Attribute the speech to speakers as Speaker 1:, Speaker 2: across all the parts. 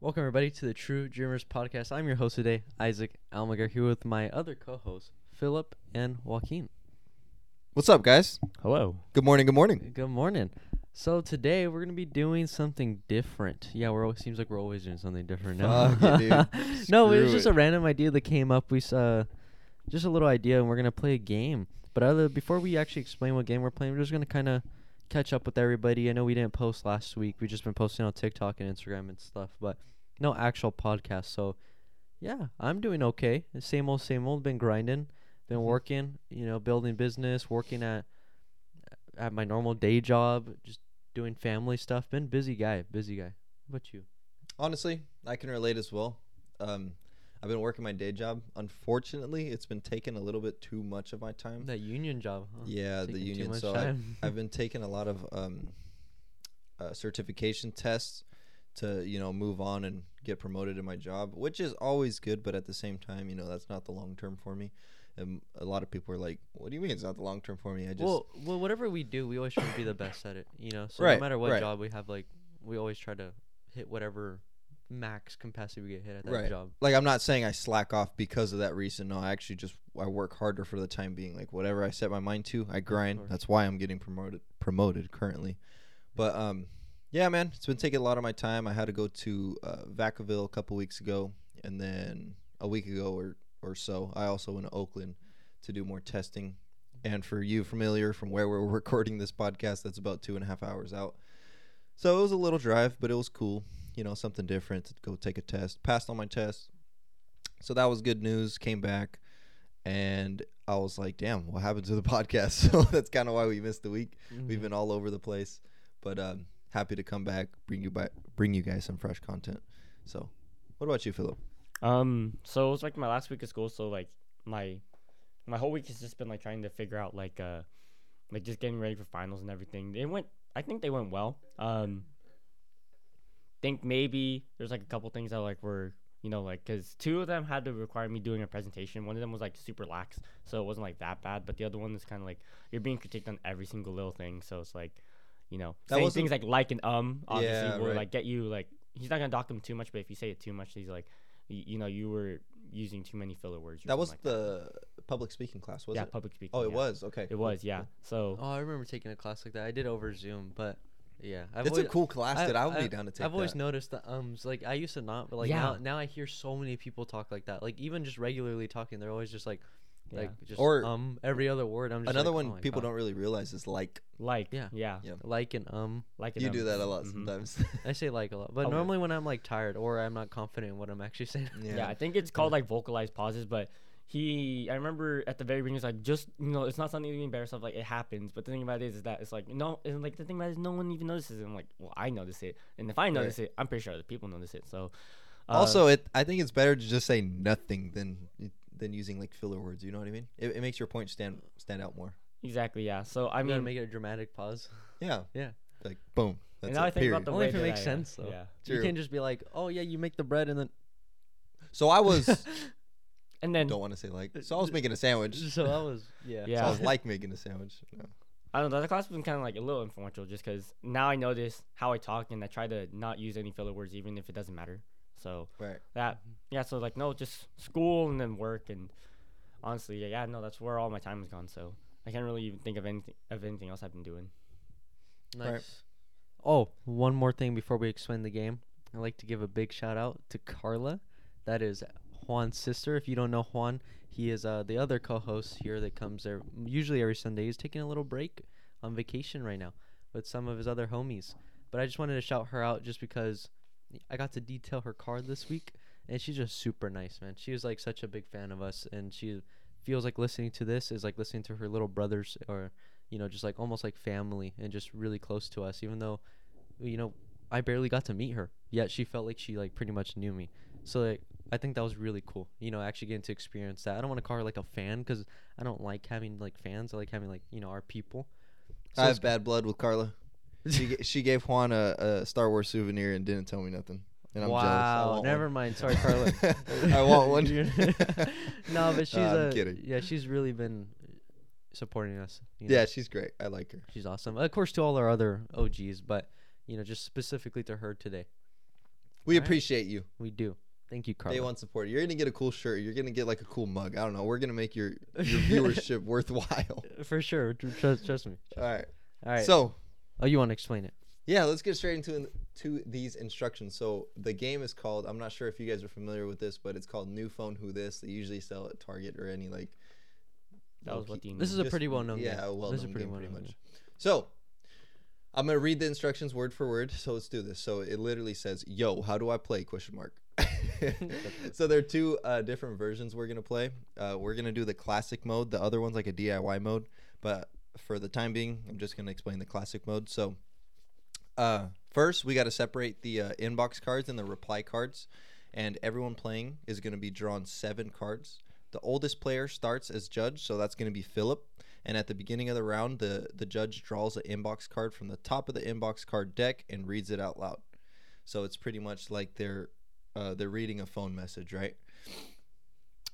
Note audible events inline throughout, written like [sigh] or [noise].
Speaker 1: Welcome everybody to the True Dreamers podcast. I'm your host today, Isaac Almaguer, here with my other co-hosts, Philip and Joaquin.
Speaker 2: What's up, guys?
Speaker 3: Hello.
Speaker 2: Good morning. Good morning.
Speaker 1: Good morning. So today we're gonna be doing something different. Yeah, we're always seems like we're always doing something different now.
Speaker 2: Fuck it,
Speaker 1: [laughs]
Speaker 2: dude.
Speaker 1: no, it was
Speaker 2: Screw
Speaker 1: just
Speaker 2: it.
Speaker 1: a random idea that came up. We saw just a little idea, and we're gonna play a game. But other before we actually explain what game we're playing, we're just gonna kind of catch up with everybody. I know we didn't post last week. We've just been posting on TikTok and Instagram and stuff, but no actual podcast. So yeah, I'm doing okay. The Same old, same old. Been grinding,
Speaker 2: Mm-hmm.
Speaker 1: been working. You know, building business, working at at my normal day job, just doing family stuff. Been busy guy, busy guy. What about you?
Speaker 2: Honestly, I can relate as well. Um, I've been working my day job. Unfortunately, it's been taking a little bit too much of my time.
Speaker 1: That union job. Huh?
Speaker 2: Yeah, the
Speaker 1: Taking too
Speaker 2: union.
Speaker 1: much
Speaker 2: So I,
Speaker 1: time.
Speaker 2: [laughs]
Speaker 1: [laughs]
Speaker 2: I've been taking a lot of um, uh, certification tests to you know move on and get promoted in my job, which is always good. But at the same time, you know that's not the long term for me. And a lot of people are like, "What do you mean it's not the long term for me?" I just
Speaker 1: well, well, whatever we do, we always try to be the best at it. You know, so
Speaker 2: Right,
Speaker 1: no matter what
Speaker 2: right.
Speaker 1: job we have, like we always try to hit whatever max capacity we get hit at that
Speaker 2: Right.
Speaker 1: job.
Speaker 2: like I'm not saying I slack off because of that reason. No, I actually just I work harder for the time being. Like whatever I set my mind to, I grind.
Speaker 1: course.
Speaker 2: That's why I'm getting promoted promoted currently. But um yeah, man, it's been taking a lot of my time. I had to go to uh, Vacaville a couple weeks ago and then a week ago or or so, I also went to Oakland to do more testing. And for you familiar from where we're [laughs] recording this podcast, that's about two and a half hours out. So it was a little drive, but it was cool. You know, something different to go take a test. Passed on my test. So that was good news. Came back and I was like, damn, what happened to the [laughs] podcast? So that's kind of why we missed the week. We've been all over the place, but um, happy to come back, bring you back, bring you guys some fresh content. So, what about you, Philip?
Speaker 3: Um, so it was like my last week of school, so like my my whole week has just been like trying to figure out like uh like just getting ready for finals and everything. They went I think they went well. Um think maybe there's like a couple things that like were you know like cuz two of them had to require me doing a presentation. One of them was like super lax, so it wasn't like that bad, but the other one is kind of like you're being critiqued on every single little thing, so it's like you know,
Speaker 2: That
Speaker 3: saying
Speaker 2: wasn't-
Speaker 3: things like like and um obviously
Speaker 2: Yeah,
Speaker 3: will
Speaker 2: right.
Speaker 3: like get you like he's not gonna dock him too much, but if you say it too much, he's like you, you know you were using too many filler words. or
Speaker 2: That was
Speaker 3: something like
Speaker 2: the public speaking class, was
Speaker 3: yeah
Speaker 2: it?
Speaker 3: public speaking.
Speaker 2: oh, it
Speaker 3: yeah.
Speaker 2: was. Okay.
Speaker 3: It was yeah. So
Speaker 1: Oh, I remember taking a class like that. I did over Zoom, but yeah, I've
Speaker 2: It's a
Speaker 1: always-
Speaker 2: cool class
Speaker 1: I-
Speaker 2: that I would
Speaker 1: I-
Speaker 2: be down to take.
Speaker 1: I've always
Speaker 2: that.
Speaker 1: noticed the ums. Like I used to not, but like
Speaker 3: Yeah.
Speaker 1: now, now I hear so many people talk like that. Like even just regularly talking, they're always just like,
Speaker 3: Yeah.
Speaker 1: like just
Speaker 2: Or-
Speaker 1: um every other word. I'm just
Speaker 2: Another
Speaker 1: like,
Speaker 2: one people don't really realize is like
Speaker 3: like
Speaker 1: Yeah.
Speaker 3: yeah yeah,
Speaker 2: Yeah.
Speaker 1: don't like and um.
Speaker 3: like
Speaker 2: you do that a lot
Speaker 3: mhm.
Speaker 2: sometimes. [laughs]
Speaker 1: I say like a lot, but
Speaker 3: Oh, yeah.
Speaker 1: normally when I'm like tired or I'm not confident in what I'm actually [laughs] saying.
Speaker 3: Yeah. I think it's called like vocalized pauses, but. He, I remember at the very beginning, it's like just you know, it's not something to be embarrassed of. Like it happens, but the thing about it is, that it's like no, and like the thing about it is, no one even notices. it. I'm like, well, I notice it, and if I notice it, I'm pretty sure other people notice it. So, uh,
Speaker 2: also, it I think it's better to just say nothing than than using like filler words. You know what I mean? It, it makes your point stand stand out more.
Speaker 3: exactly, yeah. So I
Speaker 1: I'm gonna
Speaker 3: mean,
Speaker 1: make it a dramatic pause.
Speaker 2: Yeah.
Speaker 1: Yeah.
Speaker 2: Like boom. That's
Speaker 3: and now
Speaker 2: it,
Speaker 3: I think
Speaker 2: period.
Speaker 3: about the
Speaker 1: Only
Speaker 3: way
Speaker 1: if it
Speaker 3: that
Speaker 1: makes
Speaker 3: I, uh,
Speaker 1: sense, though.
Speaker 3: Yeah.
Speaker 1: You
Speaker 2: True.
Speaker 1: can't just be like, oh yeah, you make the bread and then.
Speaker 2: So
Speaker 1: [laughs]
Speaker 2: I was
Speaker 3: And then
Speaker 2: don't want to say like. So I was making a sandwich.
Speaker 1: [laughs] so that was yeah.
Speaker 2: [laughs]
Speaker 3: Yeah.
Speaker 2: So
Speaker 1: [laughs]
Speaker 2: I was like making a sandwich. No.
Speaker 3: I don't know. That class was kind of like a little influential just because now I notice how I talk and I try to not use any filler words even if it doesn't matter. So
Speaker 2: Right.
Speaker 3: that yeah. So like no, just school and then work and honestly yeah, yeah no that's where all my time has gone. So I can't really even think of anything of anything else I've been doing.
Speaker 1: Nice.
Speaker 2: Right.
Speaker 1: Oh, one more thing before we explain the game. I'd like to give a big shout out to Carla. That is Juan's sister. If you don't know Juan, he is uh, the other co host here that comes there usually every Sunday. He's taking a little break on vacation right now with some of his other homies. But I just wanted to shout her out just because I got to detail her car this week. And she's just super nice, man. She was like such a big fan of us. And she feels like listening to this is like listening to her little brothers or you know, just like almost like family and just really close to us, even though, you know, I barely got to meet her. Yet she felt like she like pretty much knew me. So like I think that was really cool. You know, actually getting to experience that. I don't want to call her like a fan because I don't like having like fans. I like having like you know our people. So
Speaker 2: I
Speaker 1: it's- [laughs]
Speaker 2: have bad blood with Carla. She ga- she gave Juan a, a Star Wars souvenir and didn't tell me nothing. And I'm jealous. I
Speaker 1: wow.
Speaker 2: want
Speaker 1: Never
Speaker 2: one.
Speaker 1: mind. Sorry, Carla.
Speaker 2: [laughs] I
Speaker 1: [laughs]
Speaker 2: want one. [laughs]
Speaker 1: You're- no, but she's
Speaker 2: Nah, I'm
Speaker 1: uh,
Speaker 2: kidding.
Speaker 1: yeah, she's really been supporting us. you know.
Speaker 2: Yeah, she's great. I like her.
Speaker 1: she's awesome. Of course, to all our other OGs, but you know, just specifically to her today.
Speaker 2: We
Speaker 1: Alright.
Speaker 2: appreciate you.
Speaker 1: We do. Thank you, Carla.
Speaker 2: Day one support. You're gonna get a cool shirt. You're gonna get like a cool mug. I don't know. We're gonna make your your viewership worthwhile. [laughs]
Speaker 1: For sure. tr- Trust, trust me.
Speaker 2: All right.
Speaker 1: All right. So,
Speaker 2: So
Speaker 1: oh, you want to explain it?
Speaker 2: yeah, let's get straight into to these instructions. So the game is called. I'm not sure if you guys are familiar with this, but it's called New Phone Who This. They usually sell at Target or any like.
Speaker 3: That was
Speaker 2: low-key-
Speaker 3: what the
Speaker 1: This is a
Speaker 2: Just-
Speaker 1: pretty well known
Speaker 2: yeah,
Speaker 1: game.
Speaker 2: a well-known
Speaker 1: this is a pretty
Speaker 2: game, pretty
Speaker 1: well-known
Speaker 2: much. So, I'm gonna read the instructions word for word. So let's do this. So it literally says, "Yo, how do I play?" Question mark. [laughs] so there are two uh, different versions we're gonna play. Uh, we're gonna do the classic mode. The other one's like a DIY mode, but for the time being, I'm just gonna explain the classic mode. So, uh, first we got to separate the uh, inbox cards and the reply cards, and everyone playing is gonna be drawn seven cards. The oldest player starts as judge, so that's gonna be Philip. And at the beginning of the round, the, the judge draws an inbox card from the top of the inbox card deck and reads it out loud. So it's pretty much like they're uh, they're reading a phone message, right?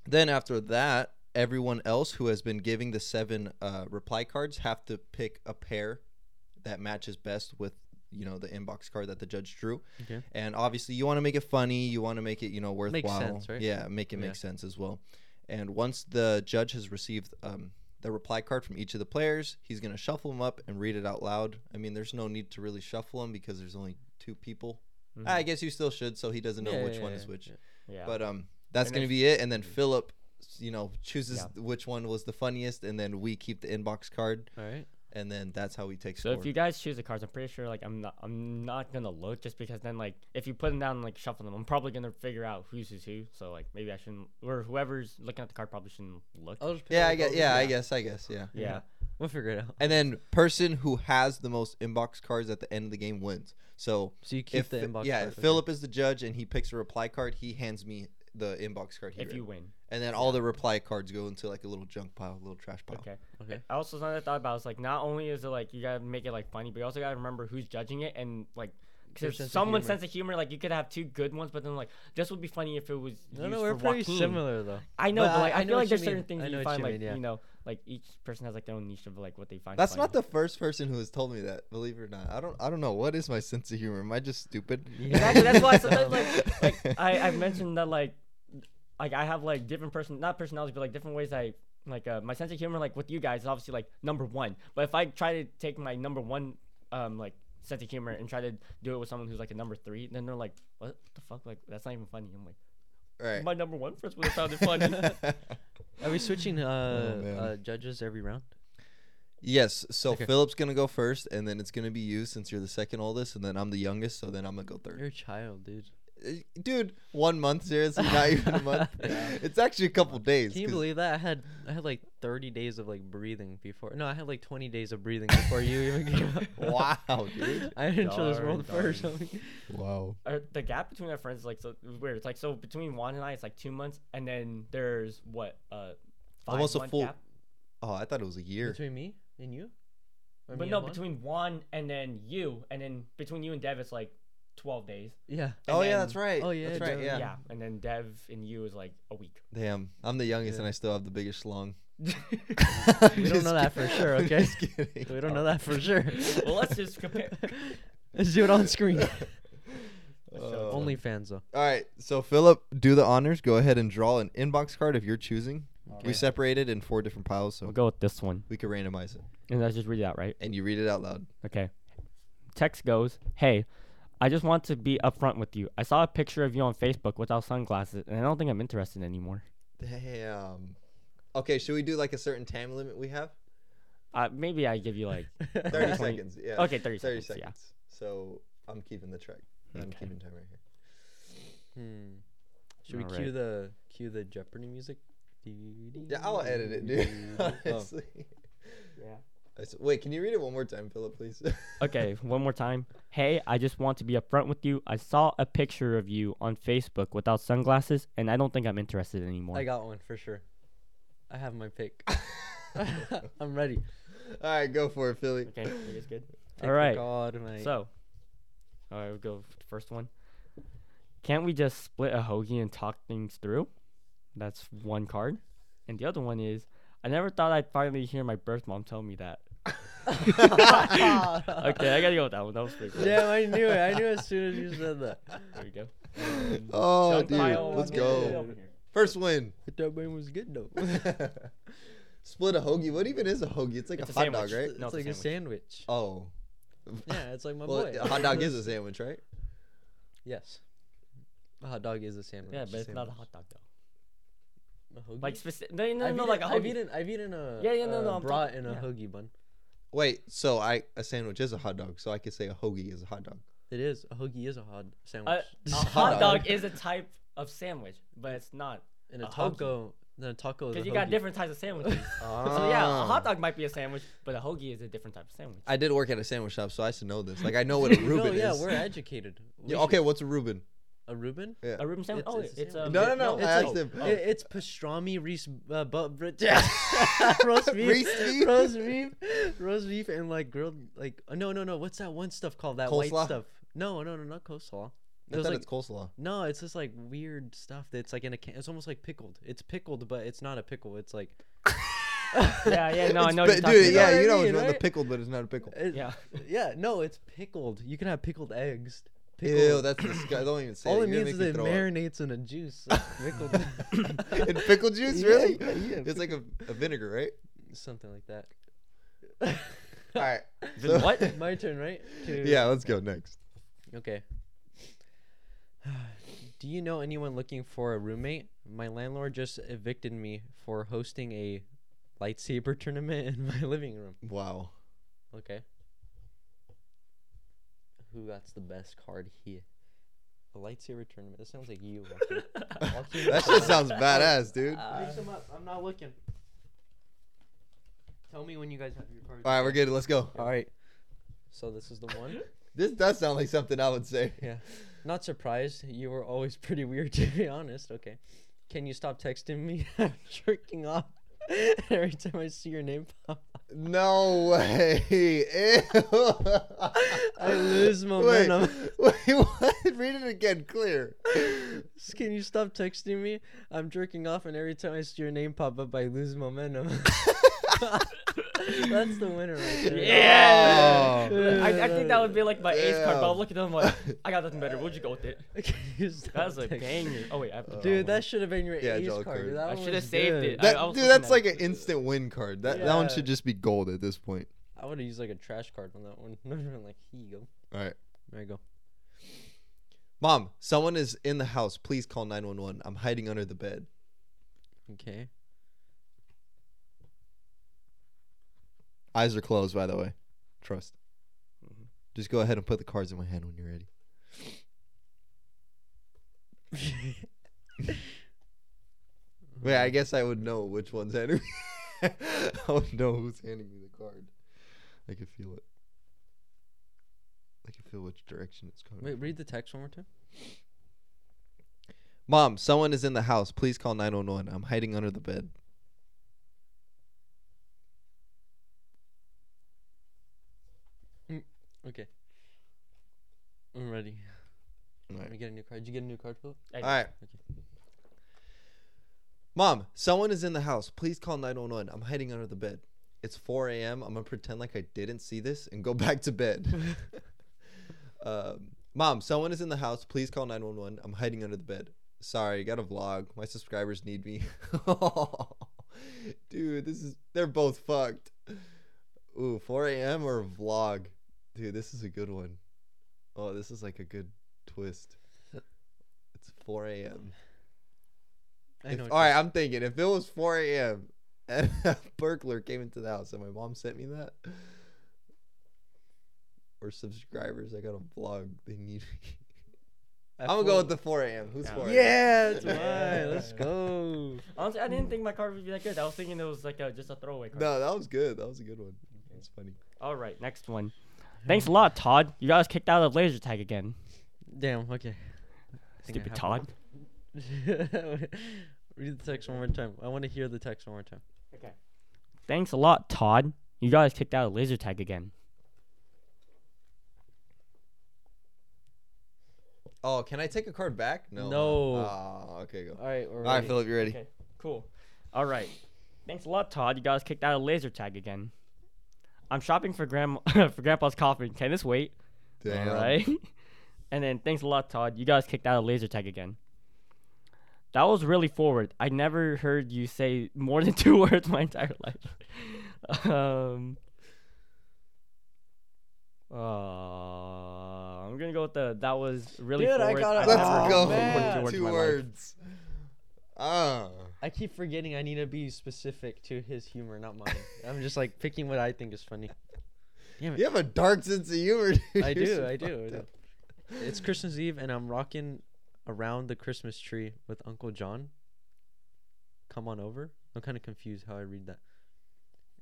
Speaker 2: Then after that, everyone else who has been giving the seven uh, reply cards have to pick a pair that matches best with you know the inbox card that the judge drew.
Speaker 1: Okay.
Speaker 2: And obviously, you want to make it funny. You want to make it you know worthwhile.
Speaker 1: sense, right?
Speaker 2: Yeah, make it
Speaker 1: Yeah.
Speaker 2: make sense as well. And once the judge has received um, the reply card from each of the players, he's gonna shuffle them up and read it out loud. I mean, there's no need to really shuffle them because there's only two people.
Speaker 3: Mhm.
Speaker 2: I guess you still should, so he doesn't know
Speaker 1: Yeah,
Speaker 2: which
Speaker 1: yeah,
Speaker 2: one
Speaker 1: yeah,
Speaker 2: is which.
Speaker 1: yeah.
Speaker 3: yeah.
Speaker 2: But um, that's
Speaker 3: And
Speaker 2: gonna
Speaker 3: if-
Speaker 2: be it. And then Philip, you know, chooses
Speaker 3: Yeah.
Speaker 2: which one was the funniest, and then we keep the inbox card,
Speaker 1: All right.
Speaker 2: and then that's how we take
Speaker 3: so
Speaker 2: score.
Speaker 3: if you guys choose the cards, I'm pretty sure like I'm not I'm not gonna look just because then like if you put them down and like shuffle them, I'm probably gonna figure out who's who's who. So like maybe I shouldn't or whoever's looking at the card probably shouldn't look.
Speaker 1: I'll just pick
Speaker 2: yeah,
Speaker 1: up
Speaker 2: I
Speaker 1: the
Speaker 2: guess.
Speaker 1: phone.
Speaker 2: Yeah, I guess. I guess. Yeah.
Speaker 3: yeah.
Speaker 1: yeah. We'll figure it out.
Speaker 2: And then person who has the most inbox cards at the end of the game wins. So
Speaker 1: So you keep
Speaker 2: if
Speaker 1: the
Speaker 2: Phi-
Speaker 1: inbox.
Speaker 2: yeah,
Speaker 1: card,
Speaker 2: if
Speaker 1: okay.
Speaker 2: Philip is the judge and he picks a reply card, he hands me the inbox card. He
Speaker 3: If
Speaker 2: read.
Speaker 3: you win.
Speaker 2: and then all the reply cards go into like a little junk pile, a little trash pile.
Speaker 3: Okay.
Speaker 1: Okay.
Speaker 3: I also something I thought about is like not only is it like you gotta make it like funny, but you also gotta remember who's judging it and like
Speaker 1: Their
Speaker 3: because
Speaker 1: sense of
Speaker 3: someone's
Speaker 1: humor.
Speaker 3: sense of humor, like you could have two good ones, but then like this would be funny if it was.
Speaker 1: No, no,
Speaker 3: used
Speaker 1: we're
Speaker 3: for
Speaker 1: pretty
Speaker 3: Joaquin.
Speaker 1: similar though.
Speaker 3: I know,
Speaker 1: But
Speaker 3: but,
Speaker 1: I-
Speaker 3: like,
Speaker 1: I
Speaker 3: I,
Speaker 1: know
Speaker 3: feel
Speaker 1: what
Speaker 3: like
Speaker 1: you
Speaker 3: there's
Speaker 1: mean.
Speaker 3: certain things
Speaker 1: I
Speaker 3: that
Speaker 1: know
Speaker 3: you
Speaker 1: what you
Speaker 3: find, like
Speaker 1: mean, yeah.
Speaker 3: you know, like each person has like their own niche of like what they find.
Speaker 2: That's not the first person who has told me that. Believe it or not, I don't. I don't know what is my sense of humor. Am I just stupid?
Speaker 1: Yeah.
Speaker 3: Exactly. That's
Speaker 2: [laughs]
Speaker 3: why sometimes like, like I I've mentioned that like like I have like different person not personalities, but like different ways I like uh, my sense of humor like with you guys is obviously like number one. But if I try to take my number one um like sense of humor and try to do it with someone who's like a number three, then they're like, what the fuck? Like that's not even funny. I'm like,
Speaker 2: right.
Speaker 3: my number one first would have
Speaker 2: [laughs]
Speaker 3: sounded funny. [laughs]
Speaker 1: Are we switching uh,
Speaker 2: Oh, man.
Speaker 1: uh judges every round?
Speaker 2: yes. So
Speaker 1: Okay.
Speaker 2: Philip's gonna go first, and then it's gonna be you since you're the second oldest, and then I'm the youngest. So then I'm gonna go third.
Speaker 1: You're a child, dude.
Speaker 2: Uh, Dude, one month seriously, not even a month.
Speaker 1: [laughs] Yeah.
Speaker 2: It's actually a couple days.
Speaker 1: Can you
Speaker 2: 'cause-
Speaker 1: believe that? I had I had like 30 days of like breathing before. No, I had like 20 days of breathing before you even
Speaker 2: [laughs]
Speaker 1: came up.
Speaker 2: Wow, dude.
Speaker 1: [laughs] I didn't show this
Speaker 3: Darn,
Speaker 1: world first.
Speaker 3: darn.
Speaker 2: Wow.
Speaker 3: Or the gap between our friends is like so it was weird. It's like so between Juan and I, it's like two months, and then there's what uh five
Speaker 2: Almost a
Speaker 3: month
Speaker 2: full
Speaker 3: gap?
Speaker 2: Oh, I thought it was a year.
Speaker 1: Between me and you? Or
Speaker 3: But
Speaker 1: me
Speaker 3: no,
Speaker 1: and Juan?
Speaker 3: between Juan and then you, and then between you and Dev, it's like twelve days.
Speaker 2: [laughs]
Speaker 1: Yeah. [laughs]
Speaker 3: and
Speaker 2: oh yeah,
Speaker 3: then-
Speaker 2: that's right.
Speaker 1: Oh, yeah,
Speaker 2: that's right.
Speaker 1: dude.
Speaker 2: Yeah.
Speaker 3: Yeah. and then Dev and you is like a week.
Speaker 2: Damn, I'm the youngest
Speaker 1: Yeah.
Speaker 2: and I still have the biggest schlong.
Speaker 1: [laughs]
Speaker 2: [laughs]
Speaker 1: We don't know that for sure, okay? [laughs] We don't know that for
Speaker 2: [laughs]
Speaker 1: sure.
Speaker 3: well, let's just compare.
Speaker 1: [laughs] Let's do it on screen.
Speaker 3: Uh,
Speaker 1: Only fans though.
Speaker 2: All right, so Philip, do the honors. Go ahead and draw an inbox card of your choosing. We
Speaker 3: Okay.
Speaker 2: separated in four different piles,
Speaker 3: We'll
Speaker 2: so
Speaker 3: go with this one,
Speaker 2: we could randomize it.
Speaker 3: and let's just read it out, right?
Speaker 2: And you read it out loud.
Speaker 3: Okay. Text goes, Hey, I just want to be upfront with you. I saw a picture of you on Facebook without sunglasses, and I don't think I'm interested anymore.
Speaker 2: Damn. Okay, should we do like a certain time limit we have?
Speaker 3: Uh, maybe I give you like
Speaker 1: [laughs]
Speaker 2: 30
Speaker 3: 20
Speaker 2: seconds. Yeah.
Speaker 3: okay,
Speaker 2: 30
Speaker 3: 30 seconds.
Speaker 2: seconds. So I'm keeping the track. I'm
Speaker 3: Okay.
Speaker 2: keeping time right here.
Speaker 1: Hmm. Should we
Speaker 3: All
Speaker 1: cue
Speaker 3: right.
Speaker 1: the cue the Jeopardy music?
Speaker 2: Yeah, I'll edit it, dude.
Speaker 1: [laughs]
Speaker 2: [laughs]
Speaker 1: Oh.
Speaker 2: Honestly.
Speaker 3: Yeah. Yeah.
Speaker 2: I s- Wait, can you read it one more time, Philip, please? [laughs]
Speaker 3: Okay, one more time. Hey, I just want to be upfront with you. I saw a picture of you on Facebook without sunglasses, and I don't think I'm interested anymore.
Speaker 1: I got one for sure. I have my pick. [laughs] I'm ready.
Speaker 2: All right, go for it, Philly.
Speaker 3: okay, I
Speaker 2: [laughs]
Speaker 3: guess good. [laughs]
Speaker 1: Thank
Speaker 3: All right.
Speaker 1: God, my
Speaker 3: So, all right, we'll go f- first one. Can't we just split a hoagie and talk things through? That's one card, and the other one is I never thought I'd finally hear my birth mom tell
Speaker 2: [laughs]
Speaker 3: me that. okay, I gotta go with that one. That was pretty.
Speaker 1: [laughs]
Speaker 3: Cool.
Speaker 1: Damn, I knew it. I knew as soon as you said that.
Speaker 3: There you go.
Speaker 2: oh,
Speaker 3: Sean
Speaker 2: dude,
Speaker 3: Kyle
Speaker 2: let's
Speaker 3: won it.
Speaker 2: go. First win. [laughs]
Speaker 1: That man was good [laughs] though.
Speaker 2: Split a hoagie. What even is a hoagie? It's like
Speaker 3: It's
Speaker 2: a
Speaker 3: a
Speaker 2: hot
Speaker 3: sandwich.
Speaker 2: dog,
Speaker 1: [laughs]
Speaker 2: right?
Speaker 1: it's
Speaker 3: No, it's a
Speaker 1: like a sandwich.
Speaker 2: Oh.
Speaker 1: Yeah, it's like my
Speaker 2: Well,
Speaker 1: boy.
Speaker 2: a
Speaker 1: [laughs]
Speaker 2: hot dog is a sandwich, right?
Speaker 1: Yes. A hot dog is a sandwich.
Speaker 3: Yeah, but it's not a
Speaker 1: sandwich.
Speaker 3: hot dog though.
Speaker 1: A hoagie?
Speaker 3: Like specific. No, no,
Speaker 1: I've
Speaker 3: no
Speaker 1: eaten,
Speaker 3: like a
Speaker 1: I've
Speaker 3: hoagie.
Speaker 1: eaten, I've eaten a
Speaker 3: Yeah, yeah, no,
Speaker 1: a
Speaker 3: no, I'm
Speaker 1: bra
Speaker 3: talking-
Speaker 1: and a
Speaker 3: yeah.
Speaker 1: hoagie bun.
Speaker 2: Wait, so I a sandwich is a hot dog, so I could say a hoagie is a hot dog.
Speaker 1: It is a hoagie is a hot
Speaker 3: A,
Speaker 1: [laughs] sandwich.
Speaker 2: [laughs]
Speaker 3: a
Speaker 2: Hot
Speaker 3: hot
Speaker 2: dog.
Speaker 3: dog is a type of sandwich, but it's not
Speaker 1: and a,
Speaker 3: a hoagie.
Speaker 1: taco, then a taco is a
Speaker 3: because you
Speaker 1: hoagie.
Speaker 3: got different types of sandwiches. so
Speaker 2: Ah.
Speaker 3: yeah, a hot dog might be a sandwich, but a hoagie is a different type of sandwich.
Speaker 2: I did work at a sandwich shop, so I should know this. Like I know what a
Speaker 1: no,
Speaker 2: Reuben
Speaker 1: yeah,
Speaker 2: is.
Speaker 1: we're educated. We
Speaker 2: Yeah,
Speaker 1: should-
Speaker 2: okay, what's a Reuben?
Speaker 1: a Reuben.
Speaker 2: Yeah.
Speaker 3: A Reuben sandwich?
Speaker 1: It's-
Speaker 3: oh,
Speaker 1: it's
Speaker 3: it's,
Speaker 1: a
Speaker 3: a
Speaker 1: sandwich.
Speaker 2: No, no, no, I
Speaker 3: it's-
Speaker 2: asked him. [laughs]
Speaker 3: oh,
Speaker 2: Oh.
Speaker 1: It, it's pastrami, Reese, uh, but, [laughs] roast beef,
Speaker 2: Roast beef?
Speaker 1: roast beef, roast beef, and like grilled, like uh, no, no, no. What's that one stuff called? That
Speaker 2: Coleslaw?
Speaker 1: white stuff? No, no, no, not coleslaw.
Speaker 2: I
Speaker 1: It
Speaker 2: thought
Speaker 1: was like
Speaker 2: it's coleslaw.
Speaker 1: no, it's just like weird stuff that's like in a can. It's almost like pickled. It's pickled, but it's not a pickle. It's like
Speaker 3: [laughs] yeah, yeah, no, I
Speaker 2: It's
Speaker 3: know.
Speaker 2: pi-
Speaker 3: what you're
Speaker 2: dude,
Speaker 3: talking
Speaker 2: yeah,
Speaker 3: about.
Speaker 1: You
Speaker 2: you
Speaker 1: know what I
Speaker 2: know it's
Speaker 1: mean,
Speaker 2: not a
Speaker 1: right?
Speaker 2: pickle, but it's not a pickle.
Speaker 1: [laughs] it-
Speaker 3: Yeah.
Speaker 1: yeah. No, it's pickled. You can have pickled eggs. Pickled. [clears throat]
Speaker 2: Ew, that's disgusting. Don't even say
Speaker 1: All
Speaker 2: it.
Speaker 1: it
Speaker 2: You're
Speaker 1: means is
Speaker 2: gonna
Speaker 1: it
Speaker 2: make
Speaker 1: marinates in a juice.
Speaker 2: [laughs] me
Speaker 1: [laughs] Pickled.
Speaker 2: throw up. In pickle juice,
Speaker 1: Yeah,
Speaker 2: really?
Speaker 1: [laughs] yeah, yeah,
Speaker 2: It's like a, a vinegar, right?
Speaker 1: Something like that.
Speaker 2: [laughs]
Speaker 1: [laughs]
Speaker 2: All right.
Speaker 3: Then
Speaker 2: [laughs]
Speaker 3: what?
Speaker 1: My turn, right? To-
Speaker 2: yeah, let's go next.
Speaker 1: Okay. [sighs] Do you know anyone looking for a roommate? My landlord just evicted me for hosting a lightsaber [laughs] tournament in my living room.
Speaker 2: Wow.
Speaker 1: Okay. Who got's the best card here? A lightsaber tournament. That sounds like you.
Speaker 2: [laughs]
Speaker 1: Joaquin. Joaquin,
Speaker 2: That
Speaker 1: come
Speaker 2: shit
Speaker 1: on. [laughs]
Speaker 2: sounds badass, dude.
Speaker 3: Uh,
Speaker 2: All
Speaker 1: Mix 'em up. I'm not looking. Tell me when you guys have your cards.
Speaker 2: right, we're good. Let's go.
Speaker 1: All right. So this is the one.
Speaker 2: This does sound like something I would say.
Speaker 1: Yeah. [laughs] Not surprised. You were always [laughs] pretty weird, to be honest. Okay. Can you stop texting me? [laughs] I'm jerking off [laughs] every time I see your name pop up. [laughs]
Speaker 2: No way. Ew.
Speaker 1: I lose momentum.
Speaker 2: [laughs] Wait, wait what? Read it again,
Speaker 1: [laughs]
Speaker 2: clear.
Speaker 1: S- Can you stop texting me? I'm jerking off, and every time I see your name pop up, I lose momentum. [laughs] That's the winner right there. [laughs]
Speaker 3: Yeah.
Speaker 1: Oh.
Speaker 3: I, I think that would be like my ace card, but
Speaker 2: Damn.
Speaker 3: I'm looking at
Speaker 2: [laughs]
Speaker 3: him like, I got nothing better. Would you go with it?
Speaker 1: Can you stop
Speaker 3: That's [laughs] a
Speaker 1: texting-
Speaker 3: banger. Oh wait, I put the wrong
Speaker 1: Dude,
Speaker 3: one.
Speaker 1: that should have been your
Speaker 2: Yeah,
Speaker 1: ace
Speaker 2: Joel
Speaker 1: card. dude.
Speaker 2: Curry.
Speaker 1: That
Speaker 3: I
Speaker 1: one
Speaker 3: should have
Speaker 1: was
Speaker 3: saved
Speaker 1: good.
Speaker 3: it.
Speaker 2: [laughs] That,
Speaker 3: I was
Speaker 2: dude,
Speaker 3: looking
Speaker 2: that's
Speaker 3: at
Speaker 2: like
Speaker 3: it.
Speaker 2: an instant win card. That that one
Speaker 1: Yeah.
Speaker 2: should just be gold at this point.
Speaker 1: I would have used like a trash card on that one. [laughs] like, here you go.
Speaker 2: All right.
Speaker 1: There you go.
Speaker 2: Mom, someone is in the house. Please call 911. I'm hiding under the bed.
Speaker 1: Okay.
Speaker 2: Eyes are closed, by the way. Trust.
Speaker 3: Mhm.
Speaker 2: Just go ahead and put the cards in my hand when you're ready. Wait, I guess I would know which one's handing me. [laughs] I would know who's handing me the card. I can feel it. I can feel which direction it's coming.
Speaker 1: Wait,
Speaker 2: from.
Speaker 1: read the text one more time.
Speaker 2: Mom, someone is in the house. Please call 911. I'm hiding under the bed.
Speaker 1: Okay. I'm ready.
Speaker 2: All
Speaker 1: Let
Speaker 2: right.
Speaker 1: me get a new card. Did you get a new card, Philip?
Speaker 3: I-
Speaker 2: All right. Mom, someone is in the house. Please call 911. I'm hiding under the bed. It's 4 a.m. I'm going to pretend like I didn't see this and go [laughs] back to bed. um, Mom, someone is in the house. Please call 911. I'm hiding under the bed. Sorry, got a vlog. My subscribers need me. [laughs] Dude, this is. They're both fucked. Ooh, 4 a.m. or vlog? Dude, this is a good one. Oh, this is like a good twist. It's 4 a.m.
Speaker 1: I know.
Speaker 2: If-
Speaker 1: what
Speaker 2: all
Speaker 1: you-
Speaker 2: right, I'm thinking if it was 4 a.m. [laughs] and a burglar came into the house and my mom sent me that, or subscribers, I got a vlog. They need me.
Speaker 1: [laughs] I
Speaker 2: I'm gonna go with
Speaker 1: fully-
Speaker 2: the 4 a.m. Who's
Speaker 3: Yeah.
Speaker 2: 4 a.m.?
Speaker 1: Yeah, it's
Speaker 2: Yeah.
Speaker 1: mine. Let's go.
Speaker 3: Honestly, I didn't think my card would be that good. I was thinking it was like a, just a throwaway
Speaker 2: [laughs]
Speaker 3: card.
Speaker 2: No, that was good. That was a good one. That's funny.
Speaker 3: All right, next one. Thanks a lot, Todd. You got us kicked out of laser tag again.
Speaker 1: [laughs] Damn. Okay. [laughs] think I
Speaker 3: Stupid
Speaker 1: have
Speaker 3: Todd.
Speaker 1: read the text one more time. I want to hear the text one more time.
Speaker 3: Okay. Thanks a lot, Todd. You got us kicked out of laser tag again.
Speaker 2: Oh, can I take a card back? No. huh?
Speaker 1: No.
Speaker 2: Ah, okay, go.
Speaker 1: All right. We're
Speaker 2: All right,
Speaker 1: ready.
Speaker 2: Philip, you ready?
Speaker 3: Okay, cool. All right. Thanks a lot, Todd. You got us kicked out of laser tag again. [laughs] I'm shopping for grandma for grandpa's coffin. Can this wait?
Speaker 2: Damn.
Speaker 3: All right. [laughs] And then thanks a lot, Todd. You guys kicked out of laser tag again. That was really forward. I never heard you say more [laughs] than two words my entire life. [laughs] um, uh, I'm gonna go with the that was really
Speaker 4: Dude, I
Speaker 3: forward.
Speaker 4: got it.
Speaker 3: never
Speaker 2: Let's
Speaker 4: Oh,
Speaker 3: heard
Speaker 2: go.
Speaker 3: more
Speaker 4: man.
Speaker 3: than
Speaker 2: Two
Speaker 3: in my life.
Speaker 2: words. Ah.
Speaker 1: I keep forgetting I need to be specific to his humor, not mine. I'm just like picking what I think is funny.
Speaker 2: You have a dark sense of humor. [laughs] Dude.
Speaker 1: I
Speaker 2: You're
Speaker 1: do,
Speaker 2: so
Speaker 1: I do.
Speaker 2: fucked up.
Speaker 1: It's Christmas Eve, and I'm rocking around the Christmas tree with Uncle John. Come on over. I'm kind of confused how I read that.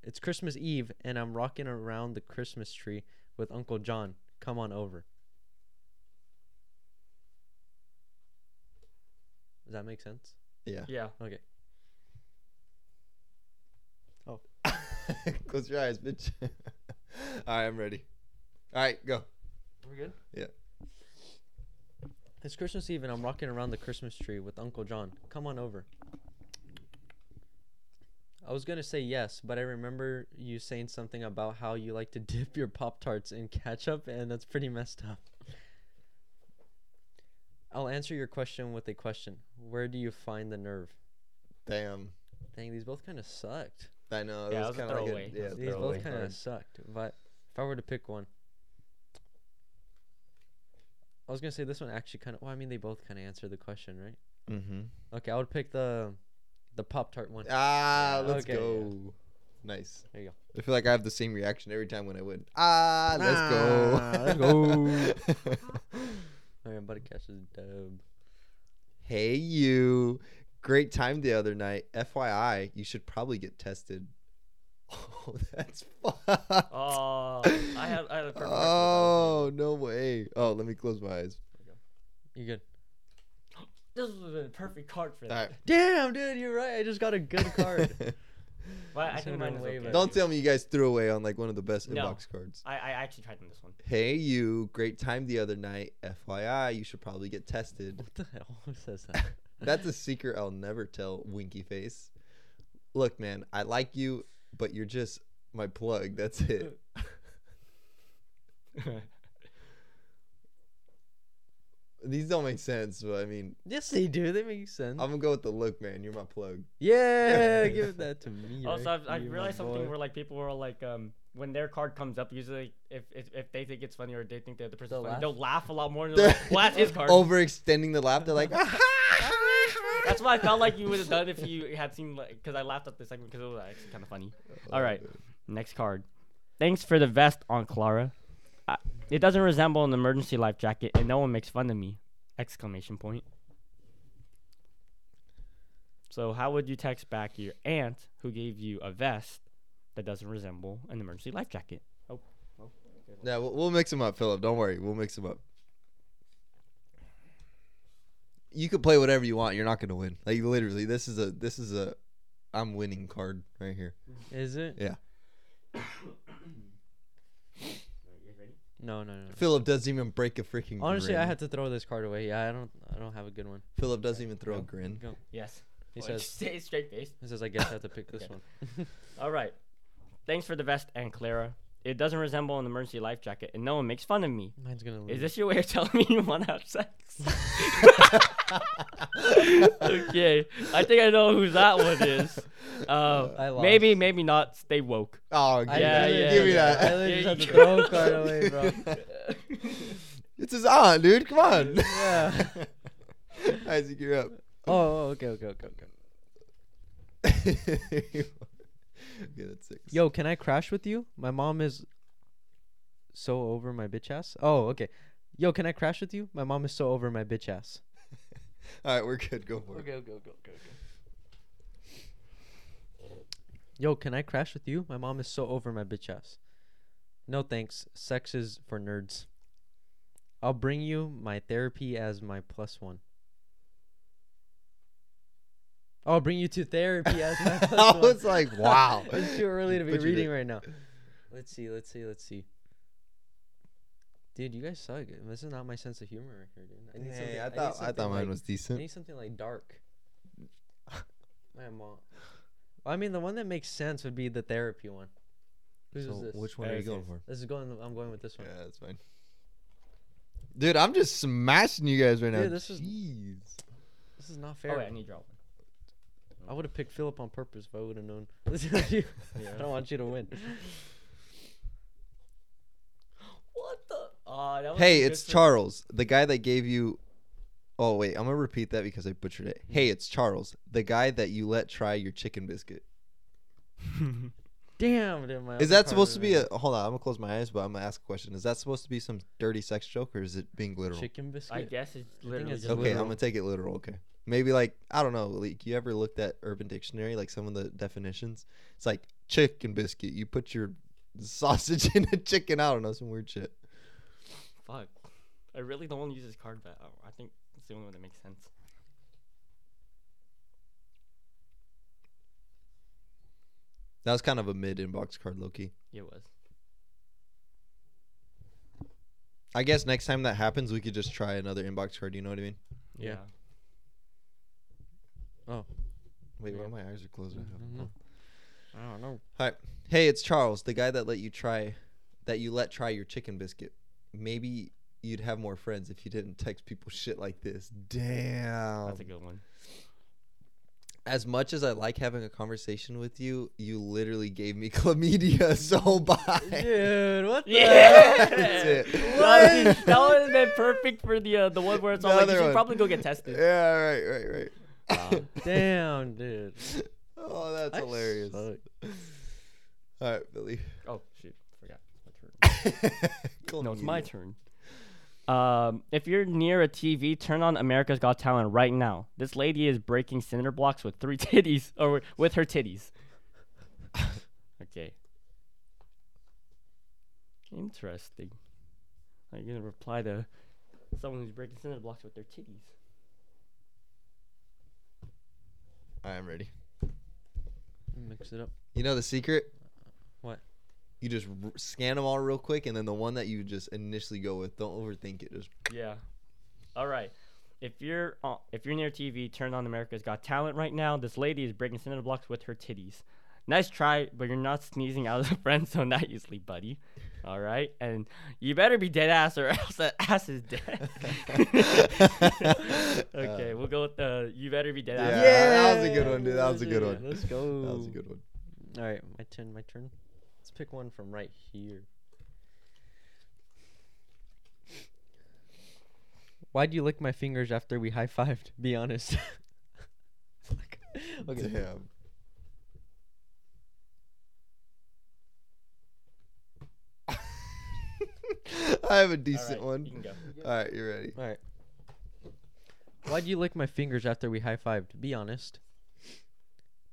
Speaker 1: It's Christmas Eve, and I'm rocking around the Christmas tree with Uncle John. Come on over. Does that make sense?
Speaker 3: Yeah.
Speaker 1: Okay.
Speaker 2: [laughs] Close your eyes, bitch. All right, I'm ready. All right, go.
Speaker 1: We're good?
Speaker 2: Yeah.
Speaker 1: It's Christmas Eve and I'm rocking around the Christmas tree with Uncle John. Come on over. I was going to say yes, but I remember you saying something about how you like to [laughs] dip your Pop Tarts in ketchup, and that's pretty messed up. I'll answer your question with a question Where do you find the nerve?
Speaker 2: Damn.
Speaker 1: Dang, these both kind of sucked.
Speaker 2: I know.
Speaker 3: Yeah,
Speaker 2: That
Speaker 3: it
Speaker 2: was
Speaker 3: was a
Speaker 2: kind of like a,
Speaker 3: throwaway.
Speaker 2: yeah,
Speaker 3: It was a
Speaker 1: These
Speaker 3: throwaway.
Speaker 1: both kind of sucked, but if I were to pick one, I was gonna say this one actually kind of. Well, I mean, they both kind of answer the question, right?
Speaker 2: Mm-hmm.
Speaker 1: Okay, I would pick the the Pop Tart one.
Speaker 2: Ah,
Speaker 1: Yeah,
Speaker 2: let's
Speaker 1: okay, yeah.
Speaker 2: go. Nice.
Speaker 1: There you go.
Speaker 2: I feel like I have the same reaction every time when I win. Ah, let's go. let's go.
Speaker 1: All right, Oh, Buddy Cash is dub.
Speaker 2: [laughs] hey, you. Great time the other night. FYI, you should probably get tested. [laughs] Oh, that's fun. [laughs]
Speaker 3: Oh, I had I had a perfect.
Speaker 2: Oh, no way. Oh, let me close my eyes.
Speaker 1: You're good.
Speaker 3: This would have been a perfect card for
Speaker 2: All right.
Speaker 3: that.
Speaker 1: Damn, dude, you're right. I just got a good card.
Speaker 2: [laughs]
Speaker 3: But I
Speaker 1: This
Speaker 3: think
Speaker 1: would've
Speaker 3: mine
Speaker 1: been
Speaker 3: is
Speaker 1: way
Speaker 3: okay.
Speaker 1: better.
Speaker 2: Don't tell me you guys threw away on like one of the best
Speaker 3: No.
Speaker 2: inbox cards.
Speaker 3: I, I actually tried on this one.
Speaker 2: Hey, you. Great time the other night. FYI, you should probably get tested.
Speaker 1: what the hell? Who says that?
Speaker 2: That's a secret I'll never tell, winky face. Look, man, I like you, but you're just my plug. That's it. These don't make sense, but I mean,
Speaker 1: yes, they do. They make
Speaker 3: Hmm?
Speaker 1: sense.
Speaker 2: I'm gonna go with the look, man. You're my plug.
Speaker 1: yeah, give that to me.
Speaker 3: [laughs] also,
Speaker 1: right
Speaker 3: I've, I've
Speaker 1: here, my
Speaker 3: realized something
Speaker 1: boy.
Speaker 3: where like people are like, um, when their card comes up, usually if if, if they think it's funny or they think the other person's
Speaker 1: They'll
Speaker 3: funny,
Speaker 1: laugh.
Speaker 3: they'll laugh a lot more.
Speaker 2: [laughs]
Speaker 3: And they're like, well, that's his card.
Speaker 2: Oh. Overextending the laugh. They're like, [laughs]
Speaker 3: That's what I felt like you would have done if you had seen like, because I laughed at the segment because it was actually kind of funny. All right, next card. Thanks for the vest on Clara. I, it doesn't resemble an emergency life jacket, and no one makes fun of me! Exclamation point. So how would you text back your aunt who gave you a vest that doesn't resemble an emergency life jacket?
Speaker 2: Yeah, we'll, we'll mix them up, Philip. Don't worry, we'll mix them up. You can play whatever you want. You're not gonna win. Like literally, this is a this is a I'm winning card right here.
Speaker 1: Is it?
Speaker 2: Yeah.
Speaker 1: No, no, no. no.
Speaker 2: Philip doesn't even break a freaking.
Speaker 1: Honestly,
Speaker 2: grin.
Speaker 1: I had to throw this card away. Yeah, I don't, I don't have a good one.
Speaker 2: Philip doesn't even throw a grin.
Speaker 1: Go.
Speaker 3: Yes.
Speaker 1: He
Speaker 3: Well, [laughs]
Speaker 1: says,
Speaker 3: say it straight face.
Speaker 1: he says, I guess I have to pick this
Speaker 3: Okay.
Speaker 1: one.
Speaker 3: All right. Thanks for the vest, Aunt Clara. It doesn't resemble an emergency life jacket, and no one makes fun of me.
Speaker 1: Mine's gonna lose.
Speaker 3: Is this your way of [laughs] telling me you want to have
Speaker 2: [laughs]
Speaker 3: sex? [laughs] okay, I think I know who that one
Speaker 2: [laughs]
Speaker 3: is. Um,
Speaker 1: I lost.
Speaker 3: maybe, maybe not. Stay woke.
Speaker 2: Oh, give,
Speaker 1: I
Speaker 3: Yeah,
Speaker 2: me-
Speaker 1: literally-
Speaker 3: yeah,
Speaker 2: give me
Speaker 3: yeah.
Speaker 2: that.
Speaker 1: I literally
Speaker 3: Yeah,
Speaker 1: just had
Speaker 3: you
Speaker 1: to throw a card away, bro.
Speaker 2: [laughs] It's his aunt, dude. Come on.
Speaker 1: Yeah.
Speaker 2: [laughs] Isaac, you're up. [laughs]
Speaker 1: Oh, oh, okay, okay, okay, okay.
Speaker 2: okay, that's six.
Speaker 1: Yo, can I crash with you? My mom is so over my bitch ass. Oh, okay. Yo, can I crash with you? My mom is so over my bitch ass.
Speaker 2: All right, we're good. Go for it.
Speaker 1: okay, okay, okay. Yo, can I crash with you? My mom is so over my bitch ass. No thanks. Sex is for nerds. I'll bring you my therapy as my plus one. I'll bring you to therapy as
Speaker 2: [laughs]
Speaker 1: my [laughs] plus
Speaker 2: I
Speaker 1: one.
Speaker 2: was like, wow.
Speaker 1: [laughs] it's too early to be
Speaker 2: Butchered it.
Speaker 1: reading right now. Let's see, let's see, let's see. Dude, you guys suck. This is not my sense of humor right here, dude. I need something-
Speaker 2: Hey, I
Speaker 1: need
Speaker 2: thought I,
Speaker 1: something
Speaker 2: thought mine
Speaker 1: like-
Speaker 2: was
Speaker 1: I
Speaker 2: decent.
Speaker 1: need something like dark. My mom. I mean, the one that makes sense would be the therapy one. Whose
Speaker 2: So
Speaker 1: is this?
Speaker 2: which one are you
Speaker 3: There's
Speaker 2: going
Speaker 3: his.
Speaker 2: for?
Speaker 1: This is going. I'm going with this
Speaker 2: Yeah,
Speaker 1: one.
Speaker 2: that's fine. Dude, I'm just smashing you guys right now.
Speaker 1: Dude, this is-
Speaker 2: Jeez.
Speaker 1: This is not fair.
Speaker 3: Oh, wait, I need to drop one.
Speaker 1: I would have picked Philip on purpose if I would have
Speaker 3: [laughs]
Speaker 1: known. [laughs] I don't want you to win.
Speaker 3: What the? Aw, that was
Speaker 2: Hey,
Speaker 3: good
Speaker 2: it's
Speaker 3: for-
Speaker 2: Charles, the guy that gave you. Oh wait, I'm gonna repeat that because I butchered it. Hey, it's Charles, the guy that you let try your chicken biscuit.
Speaker 1: Damn, dude, my
Speaker 2: Is
Speaker 1: other
Speaker 2: that supposed to
Speaker 1: card
Speaker 2: be
Speaker 1: was
Speaker 2: a? Hold on, I'm gonna close my eyes, but I'm gonna ask a question. Is that supposed to be some dirty sex joke, or is it being literal?
Speaker 1: chicken biscuit?
Speaker 3: [laughs] I guess it's literally
Speaker 1: it's
Speaker 3: just
Speaker 2: okay,
Speaker 1: literal.
Speaker 2: I'm gonna take it literal. Okay, maybe like I don't know. Like you ever looked at Urban Dictionary, like some of the definitions? It's like chicken biscuit. You put your sausage [laughs] in a chicken. I don't know, some weird shit.
Speaker 3: Fuck. I really don't want to use this card, but oh, I think it's the only one that makes sense.
Speaker 2: That was kind of a mid inbox card, Loki.
Speaker 3: It was.
Speaker 2: I guess next time that happens, we could just try another inbox card. You know what I mean?
Speaker 1: Yeah.
Speaker 2: Wait, why
Speaker 3: Yeah. Mm-hmm.
Speaker 2: my eyes are closed? I
Speaker 1: I
Speaker 2: have-
Speaker 1: don't know.
Speaker 3: I don't [laughs] know.
Speaker 2: Hey, it's Charles, the guy that let you try, that you let try your chicken biscuit. Maybe you'd have more friends if you didn't text people shit like this. Damn.
Speaker 3: That's a good one.
Speaker 2: as much as I like having a conversation with you, you literally gave me [laughs] chlamydia. So [laughs] bye.
Speaker 1: Dude, what the?
Speaker 3: Yeah.
Speaker 2: That's it.
Speaker 3: That would have been perfect for the uh, the one where it's all like,
Speaker 2: Another
Speaker 3: you should
Speaker 2: one.
Speaker 3: probably go get tested.
Speaker 2: [laughs] Yeah. Right. Right. Right.
Speaker 3: Wow.
Speaker 1: Damn, dude.
Speaker 2: [laughs] oh, that's
Speaker 1: I
Speaker 2: hilarious.
Speaker 1: suck.
Speaker 2: All right, Billy.
Speaker 3: Oh, shoot. Forgot. My turn.
Speaker 2: [laughs]
Speaker 3: No, it's
Speaker 2: Chlamydia.
Speaker 3: my turn. Um, if you're near a TV, turn on America's Got Talent right now. This lady is breaking cinder blocks with three [laughs] titties, or wi- with her titties. [laughs] okay. Interesting. Are you gonna reply to someone who's breaking cinder blocks with their titties?
Speaker 2: I am ready.
Speaker 1: Mix it up.
Speaker 2: You know the secret?
Speaker 1: What?
Speaker 2: You just r- scan them all real quick, and then the one that you just initially go with. Don't overthink it. Just
Speaker 3: Yeah. All right. If you're on, if you're near TV, turn on America's Got Talent right now. This lady is breaking cinder blocks with her titties. Nice try, but you're not sneezing out of the [laughs] friend zone that easily, buddy. All right, and you better be dead ass or [laughs] else that ass is
Speaker 2: [laughs]
Speaker 3: dead. [laughs] okay,
Speaker 2: Uh,
Speaker 3: we'll go with the you better be dead
Speaker 2: Yeah,
Speaker 3: ass.
Speaker 2: that was a good one, dude. That was a good
Speaker 1: Yeah,
Speaker 2: one.
Speaker 1: Let's go.
Speaker 2: that was a good one.
Speaker 1: All right, my turn. My turn. Let's pick one from right here. Why'd you lick my fingers after we high fived? Be honest. [laughs] Fuck. okay.
Speaker 2: Damn. [laughs] I have a decent
Speaker 3: Alright,
Speaker 2: one.
Speaker 3: you can go.
Speaker 2: All right, you
Speaker 1: [laughs]
Speaker 2: ready?
Speaker 1: All right. Why'd you lick my fingers after we high fived? Be honest.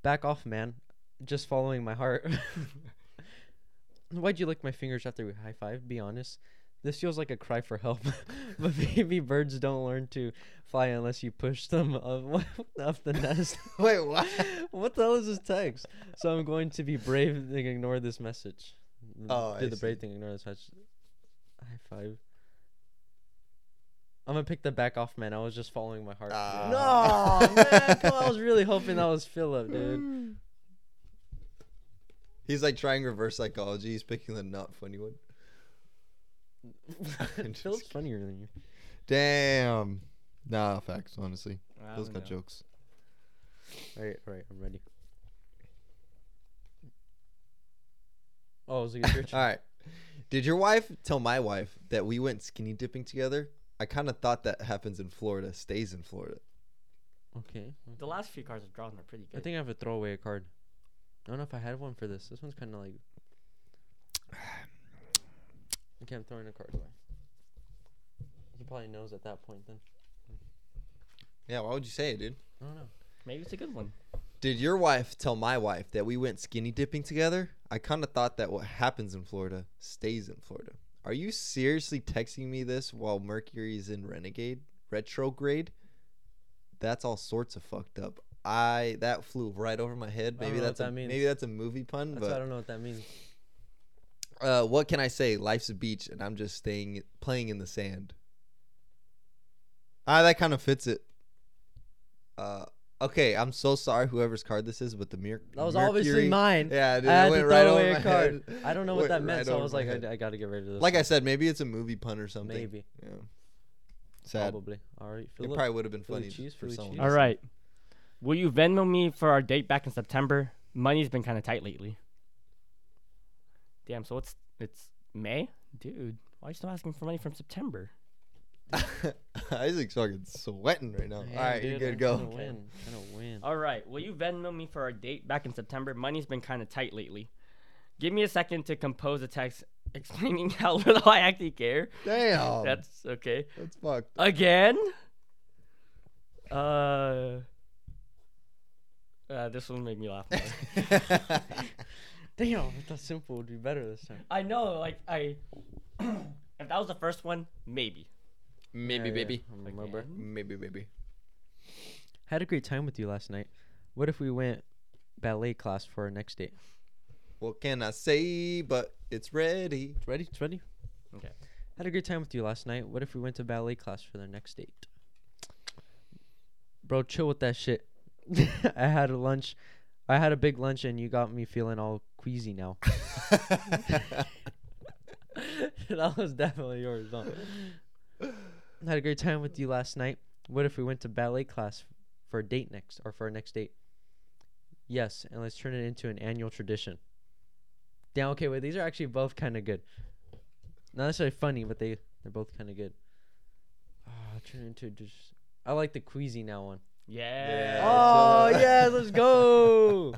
Speaker 1: Back off, man. Just following my heart. [laughs] Why'd you lick my fingers after we high fived? Be honest. This feels like a cry for help, [laughs] but maybe birds don't learn to fly unless you push them up, [laughs] up the nest.
Speaker 2: [laughs]
Speaker 1: [laughs]
Speaker 2: Wait, what?
Speaker 1: what the hell is this text? So I'm going to be brave and ignore this message.
Speaker 2: Oh,
Speaker 1: do
Speaker 2: I
Speaker 1: the brave
Speaker 2: see.
Speaker 1: thing, ignore this message. High five. I'm gonna pick the back off, man. I was just following my heart.
Speaker 2: Ah.
Speaker 1: No, man, come on, I was really hoping that was Philip, dude.
Speaker 2: [laughs] He's like trying reverse psychology. He's picking the not funny one. Just
Speaker 1: Philip's
Speaker 2: kidding.
Speaker 1: funnier than you.
Speaker 2: Damn. Nah, facts. Honestly,
Speaker 3: I
Speaker 2: those
Speaker 3: don't
Speaker 2: got
Speaker 3: know.
Speaker 2: jokes.
Speaker 1: All right, all right, I'm ready. Oh, was it your
Speaker 2: [laughs] All right. Did your wife tell my wife that we went skinny dipping together? I kind of thought that happens in Florida, stays in Florida.
Speaker 1: Okay.
Speaker 3: The last few cards I've drawn are pretty
Speaker 1: I
Speaker 3: good.
Speaker 1: think I have a throwaway card. I don't know if I had one for this. This one's kind of like. Okay, I'm throwing a card away. He probably knows at that point then.
Speaker 2: Yeah, why would you say it, dude?
Speaker 1: I don't know.
Speaker 3: Maybe it's a good one.
Speaker 2: Did your wife tell my wife that we went skinny dipping together? I kind of thought that what happens in Florida stays in Florida. Are you seriously texting me this while Mercury is in renegade retrograde? That's all sorts of fucked up. I that flew right over my head.
Speaker 1: I don't
Speaker 2: Maybe
Speaker 1: know what
Speaker 2: that's a,
Speaker 1: that means.
Speaker 2: maybe that's a movie pun,
Speaker 1: That's
Speaker 2: but
Speaker 1: why I don't know what that means.
Speaker 2: uh, what can I say? Life's a beach, and I'm just staying playing in the sand. Ah, that kind of fits it. Uh, okay, I'm so sorry, whoever's card this is, but the mere
Speaker 1: That was
Speaker 2: Mercury,
Speaker 1: obviously mine.
Speaker 2: Yeah, dude,
Speaker 1: I
Speaker 2: it
Speaker 1: had to
Speaker 2: went
Speaker 1: throw
Speaker 2: right
Speaker 1: away
Speaker 2: over
Speaker 1: a
Speaker 2: my
Speaker 1: card.
Speaker 2: head. [laughs]
Speaker 1: I don't know what
Speaker 2: Went
Speaker 1: that meant,
Speaker 2: right
Speaker 1: so I
Speaker 2: over
Speaker 1: was
Speaker 2: my
Speaker 1: like,
Speaker 2: head.
Speaker 1: I, I gotta get rid of this.
Speaker 2: like I
Speaker 1: one.
Speaker 2: said, maybe it's a movie pun or something.
Speaker 1: maybe.
Speaker 2: Yeah. Sad.
Speaker 1: Probably. All right,
Speaker 2: It
Speaker 1: Philip.
Speaker 2: probably would have been
Speaker 1: Philly
Speaker 2: funny
Speaker 1: cheese,
Speaker 2: for
Speaker 1: Philly
Speaker 2: someone.
Speaker 1: cheese.
Speaker 2: to
Speaker 3: All
Speaker 2: say.
Speaker 3: right. Will you Venmo me for our date back in September? Money's been kind of tight lately. Damn. So it's it's May, dude. Why are you still asking for money from September?
Speaker 2: [laughs] Isaac's fucking sweating right now.
Speaker 1: Man,
Speaker 2: All right, you're
Speaker 1: dude,
Speaker 2: good to
Speaker 1: I'm
Speaker 2: go.
Speaker 1: Trying to win. Trying to
Speaker 2: [laughs]
Speaker 1: win.
Speaker 3: All right. Will you Venmo me for our date back in September? Money's been kind of tight lately. Give me a second to compose a text [laughs] explaining how little I actually care.
Speaker 2: Damn. That's,
Speaker 3: That's okay.
Speaker 2: fucked.
Speaker 3: Again? Uh, uh this one made me laugh. more. [laughs]
Speaker 1: [laughs] Damn, if that's simple, would be better this time.
Speaker 3: I know, like I [clears throat] if that was the first one, maybe.
Speaker 2: maybe,
Speaker 1: Yeah, yeah,
Speaker 2: baby.
Speaker 1: I remember.
Speaker 3: Again?
Speaker 2: Maybe, baby.
Speaker 1: Had a great time with you last night. What if we went ballet class for our next date?
Speaker 2: What can I say? But
Speaker 1: [laughs]
Speaker 2: it's ready. [laughs]
Speaker 1: It's ready. It's ready.
Speaker 3: Okay.
Speaker 1: Had a great time with you last night. What if we went to ballet class for the next date? Bro, chill with that shit. [laughs] I had a lunch. I had a big lunch and you got me feeling all queasy now. [laughs] that was definitely yours, huh? Had a great time with you last night. What if we went to ballet class for a date next or for our next date? Yes, and let's turn it into an annual tradition. Yeah, okay, wait, these are actually both kind of good. Not necessarily funny, but they they're both kind of good. Ah, turn it into just. I like the queasy now one.
Speaker 3: Yeah.
Speaker 2: Yeah.
Speaker 1: Oh
Speaker 2: [laughs] so-
Speaker 1: yeah, let's go!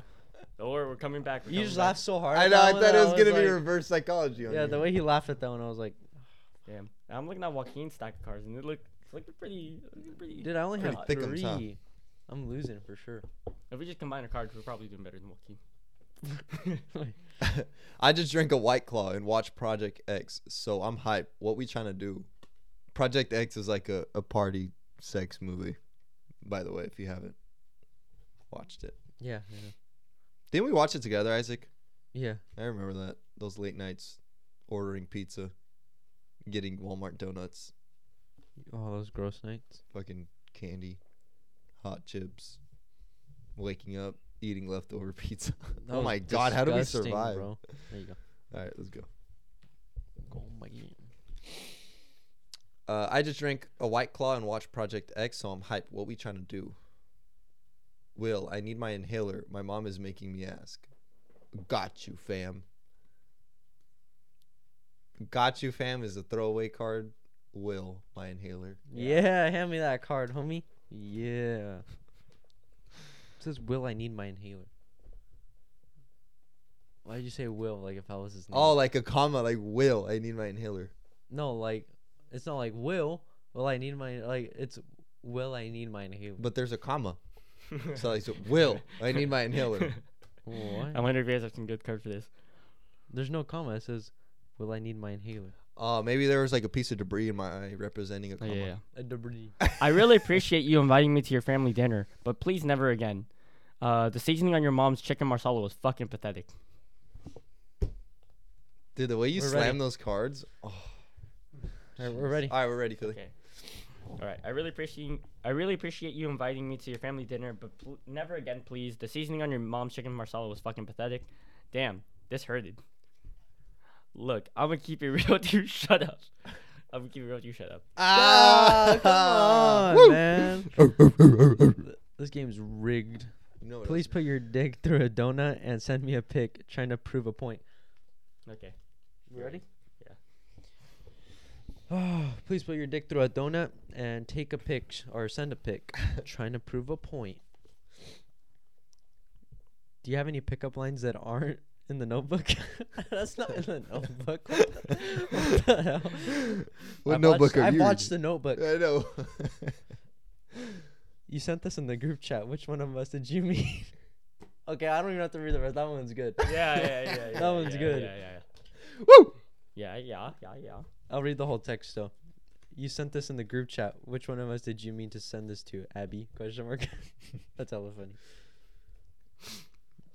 Speaker 3: Or we're coming back. We're
Speaker 1: you
Speaker 3: coming
Speaker 1: just
Speaker 3: back.
Speaker 1: laughed so hard.
Speaker 2: I
Speaker 1: at
Speaker 2: know.
Speaker 1: that one
Speaker 2: I thought
Speaker 1: that
Speaker 2: it was gonna
Speaker 1: like-
Speaker 2: be reverse psychology. On
Speaker 1: Yeah,
Speaker 2: you.
Speaker 1: the way he laughed at that one, I was like,
Speaker 3: Damn. I'm looking at Joaquin's stack of cards and it looked it's looking pretty looking pretty
Speaker 1: "Dude, I only
Speaker 2: Pretty
Speaker 1: have
Speaker 2: thick ones, huh?
Speaker 1: three. I'm losing for sure."
Speaker 3: If we just combine our cards, we're probably doing better than Joaquin.
Speaker 2: [laughs] I just drank a White Claw and watched Project X, so I'm hyped. What we trying to do? Project X is like a, a party sex movie, by the way, if you haven't watched it.
Speaker 1: yeah,
Speaker 2: Didn't we watch it together, Isaac?
Speaker 1: yeah.
Speaker 2: I remember that. Those late nights ordering pizza, getting Walmart donuts,
Speaker 1: All those gross nights.
Speaker 2: fucking candy, hot chips, waking up, eating leftover [laughs] pizza.
Speaker 1: That
Speaker 2: oh
Speaker 1: was
Speaker 2: my god, how do we
Speaker 1: disgusting,
Speaker 2: survive?
Speaker 1: bro? There you go.
Speaker 2: All right, let's go.
Speaker 1: Oh my god.
Speaker 2: Uh, I just drank a White Claw and watched Project X, so I'm hyped. What we trying to do? Will, I need my inhaler. My mom is making me ask. Got you, fam. Got you, fam is a throwaway card. Will, my inhaler.
Speaker 1: Yeah. hand me that card, homie. Yeah. It says, "Will I need my inhaler?" Why did you say "Will"? Like if I was
Speaker 3: Mm.
Speaker 1: his name?
Speaker 2: Oh, like a comma, like Will, I need my inhaler.
Speaker 1: no, like it's not like "Will." Will I need my like? It's "Will I need my inhaler?"
Speaker 2: But there's a comma. [laughs]
Speaker 3: [laughs]
Speaker 2: So like, so, Will, I need my inhaler.
Speaker 3: I
Speaker 1: What?
Speaker 3: wonder if you guys have some good cards for this.
Speaker 1: There's no comma. It says, "Will I need my inhaler?"
Speaker 2: Uh, maybe there was like a piece of debris in my eye representing a
Speaker 3: Oh,
Speaker 2: comma.
Speaker 3: yeah.
Speaker 1: A debris.
Speaker 3: I really appreciate you inviting me to your family dinner, but please never again. Uh, the seasoning on your mom's chicken marsala was fucking pathetic.
Speaker 2: Dude, the way you
Speaker 1: We're
Speaker 2: slam
Speaker 1: ready.
Speaker 2: those cards. Oh,
Speaker 1: All right, we're ready.
Speaker 2: All right, we're ready, Philly.
Speaker 3: Okay. All right. I really appreciate I really appreciate you inviting me to your family dinner, but pl- never again, please. The seasoning on your mom's chicken marsala was fucking pathetic. Damn, this hurted. Look, I'm gonna keep it [laughs] real with you. Shut up. I'm gonna keep it real with you. Shut up.
Speaker 1: Ah, [laughs] come on, man.
Speaker 2: man.
Speaker 1: This game's rigged.
Speaker 2: [laughs] You know what
Speaker 1: Please put your dick through a donut and send me a pic trying to prove a point.
Speaker 3: Okay.
Speaker 1: You ready?
Speaker 3: Yeah.
Speaker 1: Yeah. [sighs] Please put your dick through a donut and take a pic or send a [laughs] pic trying to prove a point. Do you have any pickup lines that aren't in the notebook? [laughs] That's not in [laughs] the notebook. What the- what the hell?
Speaker 2: [laughs] What
Speaker 1: I've
Speaker 2: notebook
Speaker 1: watched,
Speaker 2: are
Speaker 1: I've
Speaker 2: you
Speaker 1: watched the notebook.
Speaker 2: I know.
Speaker 1: You sent this in the group chat. Which one of us did you mean? [laughs] okay, I don't even have to read the rest. That one's good.
Speaker 3: Yeah, yeah, yeah.
Speaker 1: [laughs]
Speaker 3: yeah
Speaker 1: That one's
Speaker 3: yeah,
Speaker 1: good.
Speaker 3: Yeah, yeah,
Speaker 2: [laughs] Woo!
Speaker 3: yeah, yeah, yeah, yeah, yeah.
Speaker 1: I'll read the whole text though. You sent this in the group chat. Which one of us did you mean to send this to? Abby? Question mark. [laughs] That's hella funny.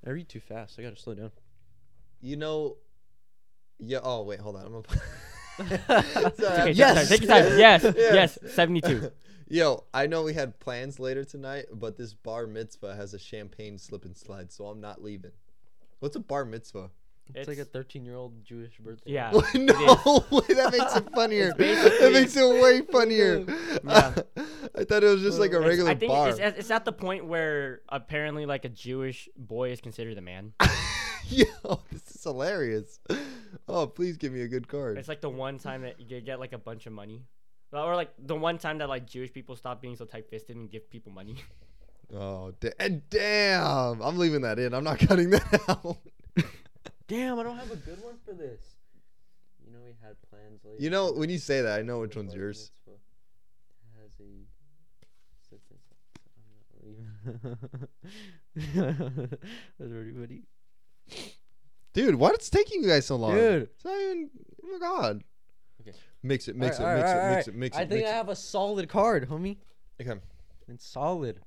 Speaker 1: I read too fast. I gotta slow down.
Speaker 2: You know. Yeah. Oh wait, hold on. I'm
Speaker 3: [laughs]
Speaker 1: It's
Speaker 2: gonna. Sorry,
Speaker 1: Uh,
Speaker 3: Okay,
Speaker 2: I'm-
Speaker 3: take your time, take
Speaker 1: [laughs]
Speaker 3: your time.
Speaker 2: [laughs]
Speaker 3: Yes, yes, 72.
Speaker 2: Yo, I know we had plans later tonight, but this bar mitzvah has a champagne slip and slide, so I'm not leaving. What's a bar mitzvah?
Speaker 1: It's, like a 13 year old Jewish birthday.
Speaker 2: [laughs]
Speaker 3: Yeah.
Speaker 2: no,
Speaker 3: It
Speaker 2: way, [laughs] that makes
Speaker 3: [laughs]
Speaker 2: it funnier. That makes it way funnier.
Speaker 3: Yeah.
Speaker 2: [laughs] I thought it was just like a
Speaker 3: It's-
Speaker 2: regular
Speaker 3: I think
Speaker 2: bar.
Speaker 3: It's, at- it's at the point where apparently like a Jewish boy is considered a man.
Speaker 2: [laughs] Yo, this is hilarious. Oh, please give me a good card.
Speaker 3: It's like the one time that you get like a bunch of money. Or like the one time that like Jewish people stop being so tight fisted and give people money.
Speaker 2: Oh, da- and damn. I'm leaving that in. I'm not [laughs] cutting that out.
Speaker 1: [laughs] Damn, Oh, I don't have a good one for this. You know, we had plans later.
Speaker 2: You know, when you say that, I know which one's yours.
Speaker 1: Has a such and such. I'm not leaving. [laughs] That's pretty funny.
Speaker 2: Dude, why it's taking you guys so long?
Speaker 1: Dude.
Speaker 2: It's not even. Oh my god.
Speaker 1: Okay.
Speaker 2: Mix it, mix it,
Speaker 1: Alright,
Speaker 2: mix
Speaker 1: alright,
Speaker 2: it, mix
Speaker 1: alright,
Speaker 2: it, mix it,
Speaker 1: I think
Speaker 2: mix
Speaker 1: I
Speaker 2: it.
Speaker 1: have a solid card, homie.
Speaker 2: Okay.
Speaker 1: It's solid.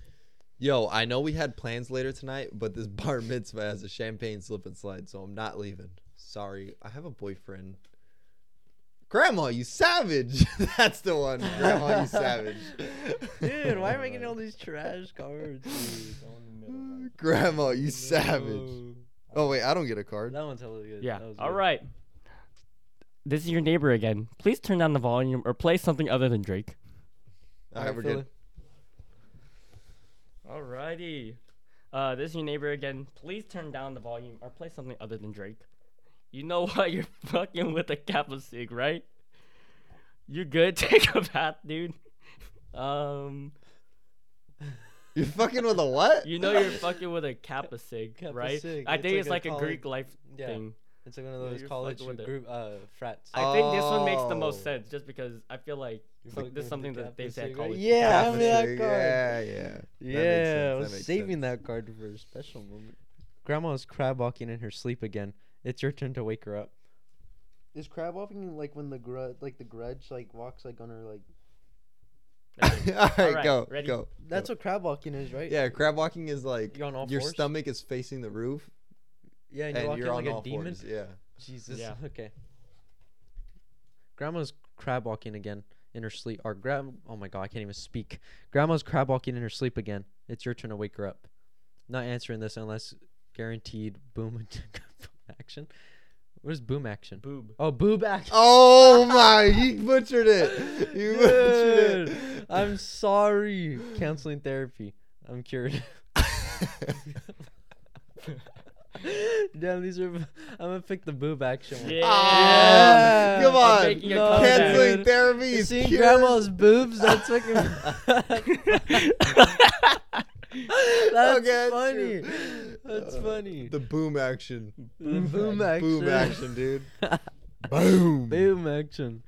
Speaker 2: [laughs] Yo, I know we had plans later tonight, but this [laughs] bar mitzvah has a champagne slip and slide, so I'm not leaving. Sorry, I have a boyfriend. Grandma, you savage. [laughs] That's the one. Grandma, you savage.
Speaker 1: [laughs] Dude, why am I getting all these trash cards? dude?
Speaker 2: [laughs] Grandma, you savage.
Speaker 1: No.
Speaker 2: Oh wait, I don't get a card.
Speaker 1: That one's hella good.
Speaker 3: [laughs] Yeah.
Speaker 1: That was
Speaker 3: All
Speaker 1: good.
Speaker 3: right. This is your neighbor again. Please turn down the volume or play something other than Drake.
Speaker 2: All right, we're good.
Speaker 3: Alrighty. Uh, this is your neighbor again. Please turn down the volume or play something other than Drake. You know what? You're [laughs] fucking with a cap of sig, right? You good? [laughs] Take a bath, dude. Um,
Speaker 2: You're fucking with
Speaker 1: [laughs]
Speaker 2: a what?
Speaker 3: you know you're fucking with a cap of sig,
Speaker 1: Kappa
Speaker 3: right?
Speaker 1: Sig.
Speaker 3: I
Speaker 1: It's
Speaker 3: think
Speaker 1: like
Speaker 3: it's
Speaker 1: a
Speaker 3: like a,
Speaker 1: college-
Speaker 3: Greek life
Speaker 1: Yeah.
Speaker 3: thing.
Speaker 1: It's like one of
Speaker 3: Yeah,
Speaker 1: those
Speaker 3: you're
Speaker 1: college
Speaker 3: fucking with it.
Speaker 1: group uh, frats.
Speaker 3: I think this one makes the
Speaker 2: Oh.
Speaker 3: most sense just because I feel like
Speaker 1: You're
Speaker 3: some-
Speaker 1: fucking
Speaker 3: this
Speaker 1: with
Speaker 3: is something
Speaker 1: the
Speaker 3: that they
Speaker 1: Kappa
Speaker 3: say at
Speaker 1: Sig,
Speaker 3: college.
Speaker 1: right? Yeah, I
Speaker 2: Kappa
Speaker 1: mean, that
Speaker 2: Sig,
Speaker 1: card.
Speaker 2: Yeah, yeah.
Speaker 1: Yeah,
Speaker 2: sense,
Speaker 1: I
Speaker 2: that
Speaker 1: was
Speaker 2: makes
Speaker 1: saving
Speaker 2: [laughs] sense.
Speaker 1: that card for a special moment. Grandma's crab walking in her sleep again. It's your turn to wake her up. Is crab walking like when the grudge, like the grudge, like walks like on her like?
Speaker 2: All right,
Speaker 3: Alright,
Speaker 2: go,
Speaker 3: ready?
Speaker 2: go.
Speaker 1: That's what crab walking is, right?
Speaker 2: Yeah, crab walking is like
Speaker 1: You're on all
Speaker 2: your
Speaker 1: fours?
Speaker 2: stomach is facing the roof
Speaker 1: yeah, and
Speaker 2: and,
Speaker 1: you're walking
Speaker 2: you're, on
Speaker 1: like a
Speaker 2: all
Speaker 1: demon.
Speaker 2: fours. Yeah.
Speaker 1: Jesus.
Speaker 3: Yeah.
Speaker 1: [laughs] Okay. Grandma's crab walking again in her sleep. Or grab. Oh my god, I can't even speak. Grandma's crab walking in her sleep again. It's your turn to wake her up. Not answering this unless guaranteed boom [laughs] action. What is boom action? [laughs]
Speaker 3: Boob.
Speaker 1: Oh, boob
Speaker 3: [laughs]
Speaker 1: action.
Speaker 2: Oh my, you butchered it. You
Speaker 1: [laughs]
Speaker 2: [laughs] butchered
Speaker 1: Dude, I'm sorry. Counseling therapy. I'm
Speaker 3: [laughs]
Speaker 1: cured. [laughs]
Speaker 2: it.
Speaker 1: Damn, these are. [laughs] I'm gonna pick the boob action one.
Speaker 3: Yeah.
Speaker 2: Ah, come
Speaker 1: I'm
Speaker 2: on.
Speaker 3: making a
Speaker 1: No,
Speaker 3: comeback.
Speaker 2: Canceling
Speaker 1: dude.
Speaker 2: therapy is
Speaker 1: Seeing
Speaker 2: cured. [laughs]
Speaker 1: grandma's boobs, that's [laughs] fucking. that's
Speaker 2: Okay, that's
Speaker 1: funny.
Speaker 2: true.
Speaker 1: That's
Speaker 2: Uh,
Speaker 1: funny.
Speaker 2: The boom action.
Speaker 1: boom
Speaker 2: Boom action,
Speaker 1: [laughs]
Speaker 2: dude. Boom.
Speaker 1: boom action.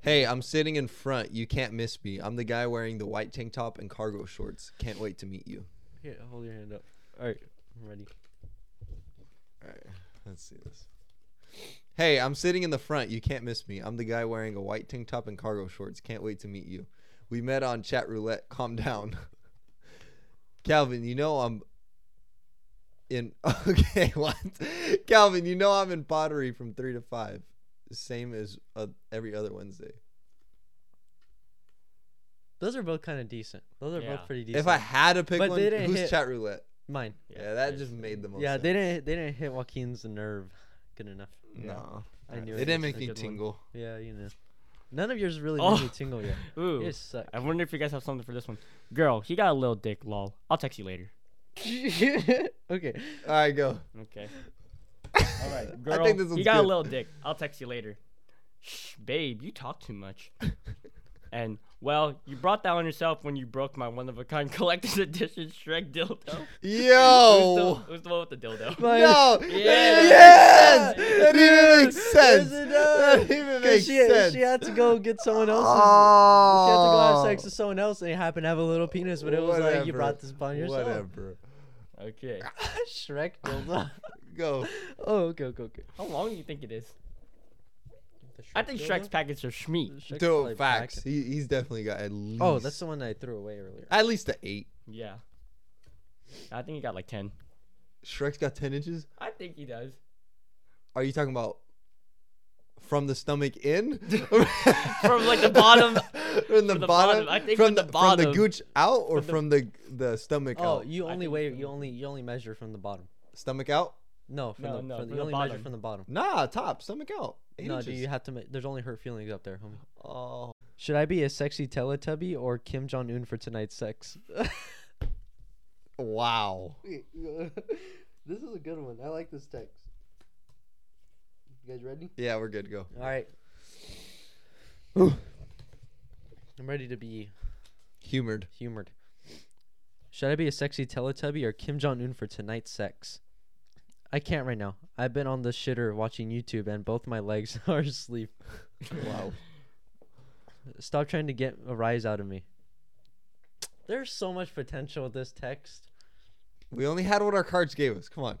Speaker 2: Hey, I'm sitting in front. You can't miss me. I'm the guy wearing the white tank top and cargo shorts. Can't wait to meet you.
Speaker 1: Here, hold your hand up. All right, I'm ready.
Speaker 2: All right, let's see this. Hey, I'm sitting in the front. You can't miss me. I'm the guy wearing a white tank top and cargo shorts. Can't wait to meet you. We met on chat roulette. Calm down. [laughs] Calvin, you know I'm in. [laughs] Okay, what? Calvin, you know I'm in pottery from 3 to 5. Same as uh, every other Wednesday.
Speaker 1: Those are both kind of decent. Those are
Speaker 3: Yeah.
Speaker 1: both pretty decent.
Speaker 2: If I had to pick
Speaker 1: But
Speaker 2: one,
Speaker 1: they didn't
Speaker 2: who's
Speaker 1: hit-
Speaker 2: chat roulette?
Speaker 1: mine.
Speaker 2: Yeah, that just made the most
Speaker 1: Yeah,
Speaker 2: sense.
Speaker 1: they didn't. They didn't hit Joaquin's nerve good enough.
Speaker 2: No.
Speaker 1: I knew
Speaker 2: it
Speaker 1: it was
Speaker 2: didn't make
Speaker 3: a
Speaker 2: me
Speaker 3: good one.
Speaker 2: tingle.
Speaker 1: Yeah, you know. None of yours really
Speaker 3: Oh.
Speaker 1: made me tingle [laughs] yet.
Speaker 3: Ooh.
Speaker 1: Yours suck.
Speaker 3: I wonder if you guys have something for this one. Girl, he got a little dick, lol. I'll text you later.
Speaker 1: [laughs] okay.
Speaker 2: All right, go.
Speaker 3: Okay.
Speaker 2: All
Speaker 3: Alright, girl,
Speaker 2: [laughs] I think this one's
Speaker 3: you got
Speaker 2: good.
Speaker 3: a little dick. I'll text you later. Shh, babe, you talk too much.
Speaker 2: [laughs]
Speaker 3: and well, you brought that on yourself when you broke my one of a kind [laughs] collector's edition Shrek dildo.
Speaker 2: Yo.
Speaker 1: [laughs]
Speaker 2: Oh.
Speaker 3: Who's the, who's the one with the dildo?
Speaker 1: My-
Speaker 2: No, that
Speaker 1: Yeah.
Speaker 2: didn't make sense. That
Speaker 1: it does.
Speaker 2: didn't make sense. That didn't
Speaker 1: 'Cause
Speaker 2: make
Speaker 1: she,
Speaker 2: sense.
Speaker 1: she had to go get someone else's. She had to go have
Speaker 2: oh.
Speaker 1: sex with someone else, and it happened to have a little penis. But it was like you
Speaker 2: Whatever.
Speaker 1: brought this upon yourself. [laughs]
Speaker 2: Whatever.
Speaker 3: Okay.
Speaker 1: Shrek [laughs] dildo.
Speaker 2: Go.
Speaker 1: oh, okay, okay, okay.
Speaker 3: How long do you think it is? I think Shrek's packets are shmee.
Speaker 2: Dude, facts. He, he's definitely got at least.
Speaker 1: Oh, that's the one I threw away earlier.
Speaker 2: at least the eight.
Speaker 3: Yeah. I think he got like 10.
Speaker 2: Shrek's got ten inches.
Speaker 3: I think he does.
Speaker 2: Are you talking about from the stomach
Speaker 1: [laughs]
Speaker 2: in?
Speaker 3: From, like, the bottom-
Speaker 2: [laughs] From the, bottom.
Speaker 3: the bottom. I think
Speaker 2: from
Speaker 3: from the
Speaker 2: From
Speaker 3: bottom.
Speaker 2: the gooch out or from the the, stomach
Speaker 1: Oh,
Speaker 2: out?
Speaker 1: you
Speaker 3: I
Speaker 1: only
Speaker 3: think
Speaker 1: weigh
Speaker 3: so.
Speaker 1: you only you only measure from the bottom.
Speaker 2: Stomach out.
Speaker 1: No, from
Speaker 3: No,
Speaker 1: the,
Speaker 3: no,
Speaker 1: from the,
Speaker 3: from
Speaker 1: you
Speaker 3: the
Speaker 1: only measure
Speaker 3: bottom.
Speaker 1: from the bottom.
Speaker 2: Nah, top stomach out. Eight
Speaker 1: No, do
Speaker 2: inches.
Speaker 1: you have to make? There's only hurt feelings up there, homie.
Speaker 2: Oh,
Speaker 1: Should I be a sexy Teletubby or Kim Jong Un for tonight's [laughs] sex?
Speaker 2: wow.
Speaker 1: this is a good one. I like this text. You guys ready?
Speaker 2: Yeah, we're good. Go.
Speaker 1: All right. I'm ready to be [laughs]
Speaker 2: Humored.
Speaker 1: humored. Should I be a sexy Teletubby or Kim Jong Un for tonight's sex? I can't right now. I've been on the shitter watching YouTube, and both my legs [laughs] are asleep.
Speaker 2: Wow.
Speaker 1: Stop trying to get a rise out of me. There's so much potential with this text.
Speaker 2: We only had what our cards gave us. Come on.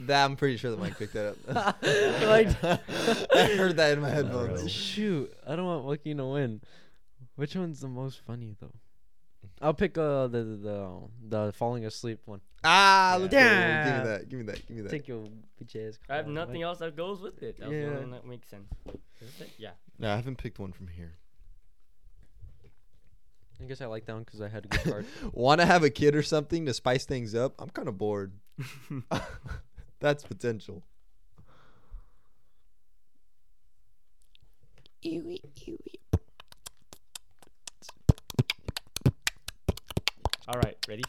Speaker 2: That I'm pretty sure the mic picked that
Speaker 1: [laughs]
Speaker 2: up. [laughs]
Speaker 1: Like-
Speaker 2: I heard that in my
Speaker 1: [laughs]
Speaker 2: headphones.
Speaker 1: Shoot, I don't want Lucky to win. Which one's the most funny though? I'll pick uh, the the the, the falling asleep one.
Speaker 2: Ah, let's go.
Speaker 1: Yeah.
Speaker 2: Give me that. Give me that. Give me that.
Speaker 1: Take your bitch ass.
Speaker 3: I have nothing else that goes with it. That was the
Speaker 1: Yeah.
Speaker 3: only one that makes sense. Is it? Yeah.
Speaker 2: No, I haven't picked one from here.
Speaker 1: I guess I like that one because I had a good [laughs]
Speaker 2: [laughs]
Speaker 1: card.
Speaker 2: Want to have a kid or something to spice things up? I'm kind of bored. [laughs] That's potential.
Speaker 3: All right, ready?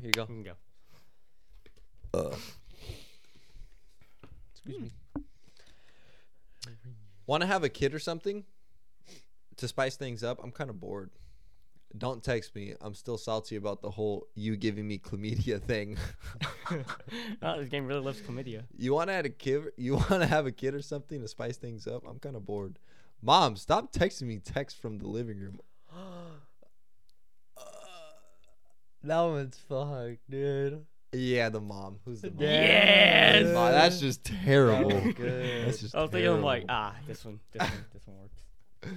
Speaker 1: Here you go.
Speaker 3: You can go. [laughs]
Speaker 2: Uh,
Speaker 1: Excuse me.
Speaker 2: Want to have a kid or something to spice things up? I'm kind of bored. Don't text me. I'm still salty about the whole you giving me chlamydia thing. [laughs]
Speaker 3: oh, this game really loves chlamydia.
Speaker 2: You want to have a kid? You want to have a kid or something to spice things up? I'm kind of bored. Mom, stop texting me text from the living room.
Speaker 1: That one's fucked, dude.
Speaker 2: Yeah, the mom. Who's the mom?
Speaker 3: Yes!
Speaker 2: The mom. That's just terrible.
Speaker 3: [laughs]
Speaker 1: That was good.
Speaker 2: Oh. That's just
Speaker 3: I was thinking, I'm
Speaker 2: terrible.
Speaker 3: like, ah, this one, this one, this one works.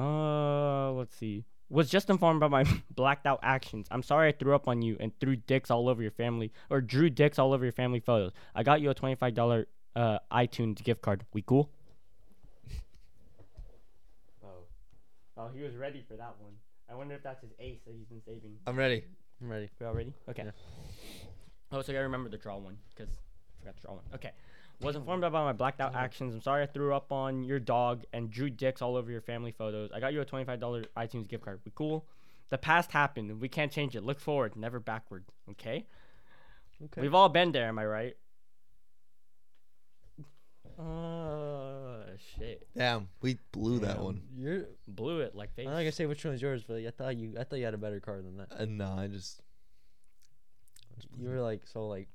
Speaker 3: All right. Uh, let's see. Was just informed by my [laughs] blacked out actions. I'm sorry I threw up on you and threw dicks all over your family, or drew dicks all over your family photos. I got you a twenty-five dollar uh iTunes gift card. We cool? oh, oh, he was ready for that one. I wonder if that's his ace that he's been saving.
Speaker 2: I'm ready.
Speaker 1: I'm ready.
Speaker 3: We all ready? Okay.
Speaker 1: Yeah.
Speaker 3: Oh, so I remember the draw one because I forgot to draw one. Okay. Was informed about my blacked out actions. I'm sorry I threw up on your dog and drew dicks all over your family photos. I got you a $25 iTunes gift card. We cool? The past happened and we can't change it. Look forward, never backward. Okay?
Speaker 1: Okay.
Speaker 3: We've all been there, am
Speaker 1: [laughs]
Speaker 3: I right? Oh, shit.
Speaker 2: Damn, we blew that
Speaker 3: Damn.
Speaker 2: one.
Speaker 1: You're.
Speaker 3: Blew it like
Speaker 1: I'm
Speaker 3: face.
Speaker 1: not gonna say which one's yours, but I thought you. I thought you had a better card than that.
Speaker 2: Uh, no, I just.
Speaker 1: You were like so like.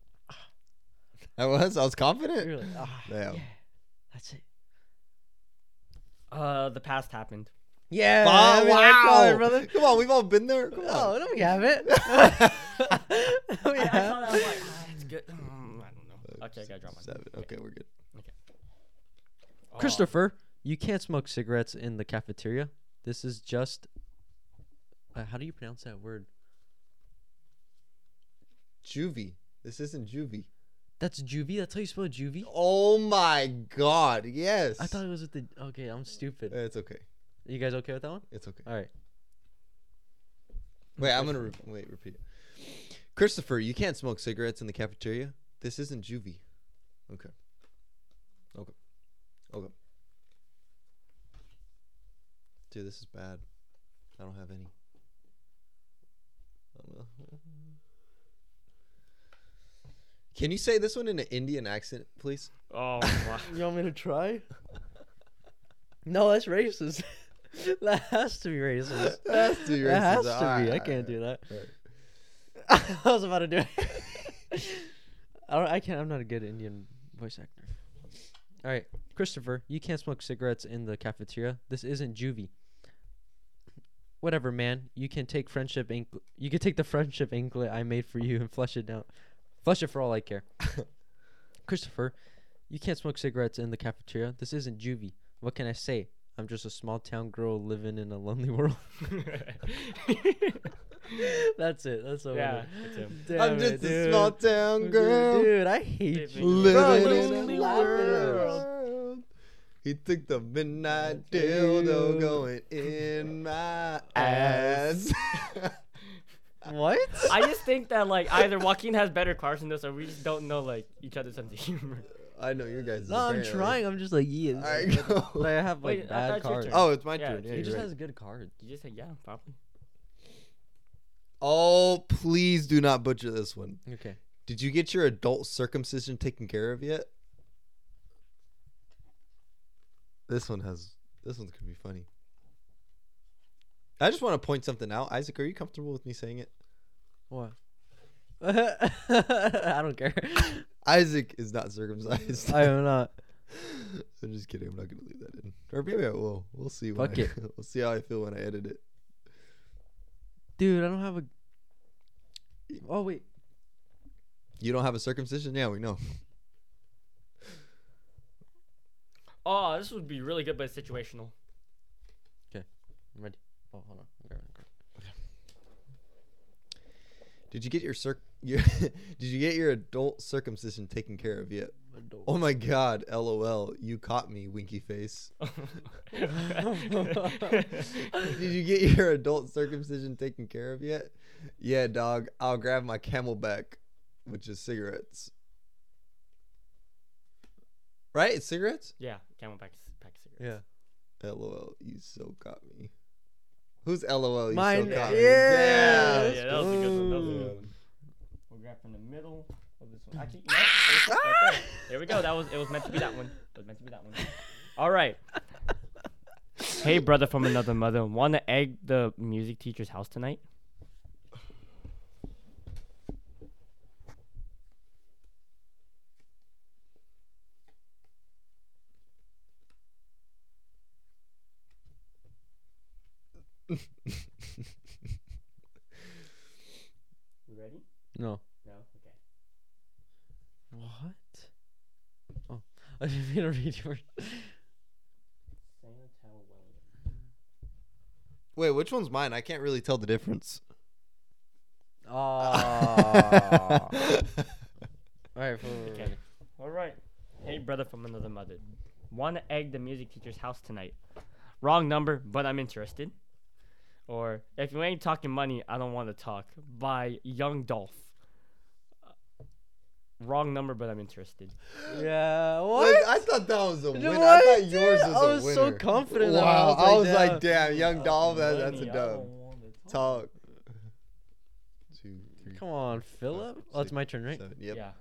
Speaker 2: I was. I was
Speaker 1: You were
Speaker 2: confident.
Speaker 1: like ah.
Speaker 2: Damn.
Speaker 1: yeah, that's it.
Speaker 3: Uh, the past happened.
Speaker 1: Yeah.
Speaker 2: Wow,
Speaker 1: I mean, that card,
Speaker 2: wow.
Speaker 1: brother.
Speaker 2: Come on, we've all been there. Come
Speaker 1: Oh,
Speaker 2: on.
Speaker 1: no, we have it. we
Speaker 3: [laughs] I, I saw that. I'm
Speaker 1: have.
Speaker 3: like, ah, it's good. Mm, I don't know. Okay, I gotta draw mine.
Speaker 2: Seven. Okay, we're good.
Speaker 3: Oh,
Speaker 1: Christopher, you can't smoke cigarettes in the cafeteria. This is just. Uh, how do you pronounce that word?
Speaker 2: Juvie. This isn't juvie.
Speaker 1: That's juvie. That's how you spell juvie.
Speaker 2: Oh my God. Yes.
Speaker 1: I thought it was with the. Okay, I'm stupid.
Speaker 2: It's okay.
Speaker 1: you guys okay with that one?
Speaker 2: It's okay.
Speaker 1: All right.
Speaker 2: Wait, I'm gonna re- wait. Repeat it. Christopher, you can't smoke cigarettes in the cafeteria. This isn't juvie. Okay. Okay. Okay. Dude, this is bad. I don't have any. I don't know. Can you say this one in an Indian accent,
Speaker 1: [laughs]
Speaker 2: please?
Speaker 3: Oh my.
Speaker 1: You want me to try? no, that's racist. [laughs] that has to be racist.
Speaker 2: That has to be
Speaker 1: That has
Speaker 2: racist.
Speaker 1: to be. I
Speaker 2: Alright,
Speaker 1: can't do that.
Speaker 2: alright.
Speaker 1: [laughs] I was about to do it. [laughs] I don't, I can't. I'm not a good Indian voice actor. All right, Christopher, you can't smoke cigarettes in the cafeteria. This isn't juvie. Whatever, man. You can take friendship ink. You can take the friendship anklet I made for you and flush it down. Flush it for all I [laughs] care. Christopher, you can't smoke cigarettes in the cafeteria. This isn't juvie. What can I say? I'm just a small town girl living in a lonely [laughs] world. That's it. That's all.
Speaker 3: [laughs] yeah, it's him.
Speaker 2: I'm just a small town
Speaker 1: [laughs]
Speaker 2: girl.
Speaker 1: Dude, I hate
Speaker 3: Dude,
Speaker 1: you.
Speaker 2: Living
Speaker 1: Bro,
Speaker 2: in
Speaker 1: don't
Speaker 2: the
Speaker 1: laugh at us.
Speaker 2: world. He took the midnight dildo
Speaker 1: Dude. [laughs]
Speaker 2: going in my ass. [laughs]
Speaker 1: What?
Speaker 3: I just think that like either Joaquin has better cars than us, or we just don't know like each other's sense of humor.
Speaker 2: I know your guys.
Speaker 1: no, I'm trying. I'm just like, yeah.
Speaker 2: All
Speaker 1: I,
Speaker 2: right, go.
Speaker 1: I have like
Speaker 3: Wait, I thought
Speaker 1: bad
Speaker 3: it's your
Speaker 1: cards.
Speaker 3: turn.
Speaker 2: Oh, it's my
Speaker 3: Yeah,
Speaker 2: turn.
Speaker 3: it's-
Speaker 2: Yeah,
Speaker 1: he
Speaker 2: you're
Speaker 1: just
Speaker 2: right.
Speaker 1: has good cards.
Speaker 3: You just said yeah, probably.
Speaker 2: Oh, please do not butcher this one.
Speaker 1: Okay.
Speaker 2: Did you get your adult circumcision taken care of yet? This one has. This one's gonna be funny. I just want to point something out, Isaac. Are you comfortable with me saying it?
Speaker 1: What? [laughs] I don't care.
Speaker 2: Isaac is not circumcised. [laughs]
Speaker 1: I am not.
Speaker 2: I'm just kidding. I'm not gonna leave that in, or maybe I will. We'll see. When
Speaker 1: Fuck
Speaker 2: I,
Speaker 1: it.
Speaker 2: [laughs] We'll see how I feel when I edit it.
Speaker 1: Dude, I don't have a. Oh, wait.
Speaker 2: You don't have a circumcision? Yeah, we know.
Speaker 3: Oh, this would be really good, but it's situational.
Speaker 1: I'm ready. Oh, hold on. I'm grabbing a card.
Speaker 2: Did you get your circ? [laughs] Your did you get your adult circumcision taken care of yet? Oh my god, lol, you caught me, winky face. Did you get your adult circumcision taken care of yet? Yeah, dog, I'll grab my camelback, which is cigarettes. Right? It's cigarettes?
Speaker 3: yeah, Camelback c- pack of cigarettes.
Speaker 1: Yeah.
Speaker 2: LOL, you so caught me. Who's LOL? You
Speaker 1: Mine-
Speaker 2: so caught
Speaker 1: yeah.
Speaker 2: me.
Speaker 3: Yeah,
Speaker 1: Let's
Speaker 3: yeah, that was a good one. That was a
Speaker 2: go.
Speaker 3: good one. We'll grab from the middle of this one. Actually, no, there's this right there. there we go. That was it. Was meant to be that one. It was meant to be that one. All right. Hey, brother from another mother, want to egg the music teacher's house tonight? You ready?
Speaker 1: No.
Speaker 3: No. Okay.
Speaker 1: What? Oh, [laughs] I didn't mean to read [laughs] yours.
Speaker 3: Santel Weldon.
Speaker 2: [laughs] Wait, which one's mine? I can't really tell the difference.
Speaker 1: Oh.
Speaker 3: Ah.
Speaker 2: [laughs]
Speaker 1: All right.
Speaker 3: Okay. All right. Hey, brother from another mother. Want to egg the music teacher's house tonight? Wrong number, but I'm interested. Or if you ain't talking money, I don't want to talk. By Young Dolph. Uh, Wrong number, but I'm interested.
Speaker 1: Yeah.
Speaker 2: Like,
Speaker 1: What?
Speaker 2: I thought that was a
Speaker 1: Dude,
Speaker 2: winner. I
Speaker 1: what,
Speaker 2: thought yours
Speaker 1: dude?
Speaker 2: was
Speaker 1: I
Speaker 2: a
Speaker 1: was so
Speaker 2: winner.
Speaker 1: confident of it. I
Speaker 2: Wow,
Speaker 1: was
Speaker 2: I
Speaker 1: like,
Speaker 2: was like,
Speaker 1: "Damn,
Speaker 2: damn, young doll, that, that's a dub. Talk. Two, three,
Speaker 1: Come on, Philip. Oh, it's my turn, right?
Speaker 2: seven. Yep.
Speaker 3: Yeah.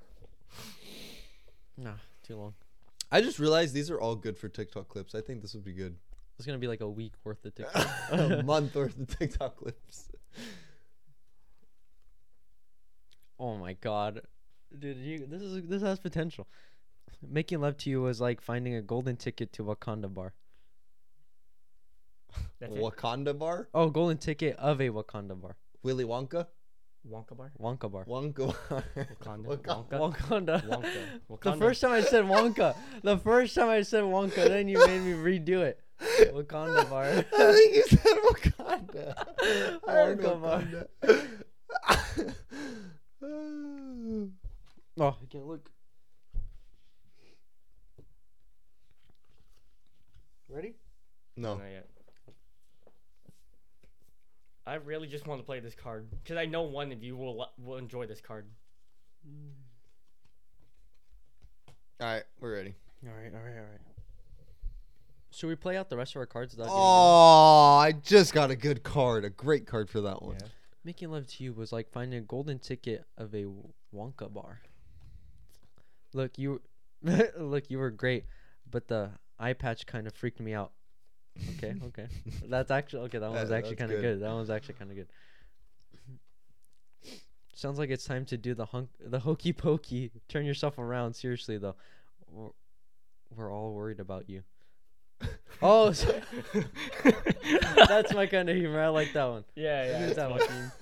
Speaker 1: No, too long.
Speaker 2: I just realized these are all good for TikTok clips. I think this would be
Speaker 1: [laughs]
Speaker 2: good.
Speaker 1: It's gonna be like a week worth of TikTok.
Speaker 2: a month worth of TikTok clips.
Speaker 1: Oh my god, dude, you this is this has potential. Making love to you was like finding a golden ticket to Wakanda bar.
Speaker 3: That's it.
Speaker 2: Wakanda bar?
Speaker 1: Oh, golden ticket of a Wakanda bar.
Speaker 2: Willy Wonka?
Speaker 3: Wonka bar?
Speaker 1: Wonka bar.
Speaker 2: Wonka bar.
Speaker 3: Wakanda.
Speaker 2: [laughs] Waka-
Speaker 3: Wonka.
Speaker 1: Wakanda. [laughs]
Speaker 3: Wonka.
Speaker 1: The
Speaker 3: Wakanda.
Speaker 1: first time I said Wonka. the first time I said Wonka, then you made me redo it. Wakanda bar.
Speaker 2: I think you said
Speaker 1: [laughs]
Speaker 2: Wakanda. I heard
Speaker 1: Wonka
Speaker 2: Wakanda. [laughs]
Speaker 1: Oh, I can't look. Ready?
Speaker 2: no.
Speaker 3: Not yet. I really just want to play this card because I know one of you will lo- will enjoy this card.
Speaker 2: All right, we're ready.
Speaker 1: All right, all right, all right. Should we play out the rest of our cards? Without getting rid of-
Speaker 2: Oh, I just got a good card, a great card for that one.
Speaker 3: Yeah.
Speaker 1: Making love to you was like finding a golden ticket of a w- Wonka bar. Look, you, [laughs] look, you were great, but the eye patch kind of freaked me out. Okay,
Speaker 2: [laughs]
Speaker 1: okay, that's actually okay. That one
Speaker 2: That-
Speaker 1: was actually
Speaker 2: that's
Speaker 1: kind of
Speaker 2: good.
Speaker 1: good. That one was actually kind of good. Sounds like it's time to do the hunk, the hokey pokey. Turn yourself around. Seriously though, we're, we're all worried about
Speaker 2: [laughs]
Speaker 1: you. oh, so- that's my kind of humor. I like that one.
Speaker 3: Yeah, yeah.
Speaker 1: Use
Speaker 3: it's
Speaker 1: that
Speaker 3: fucking-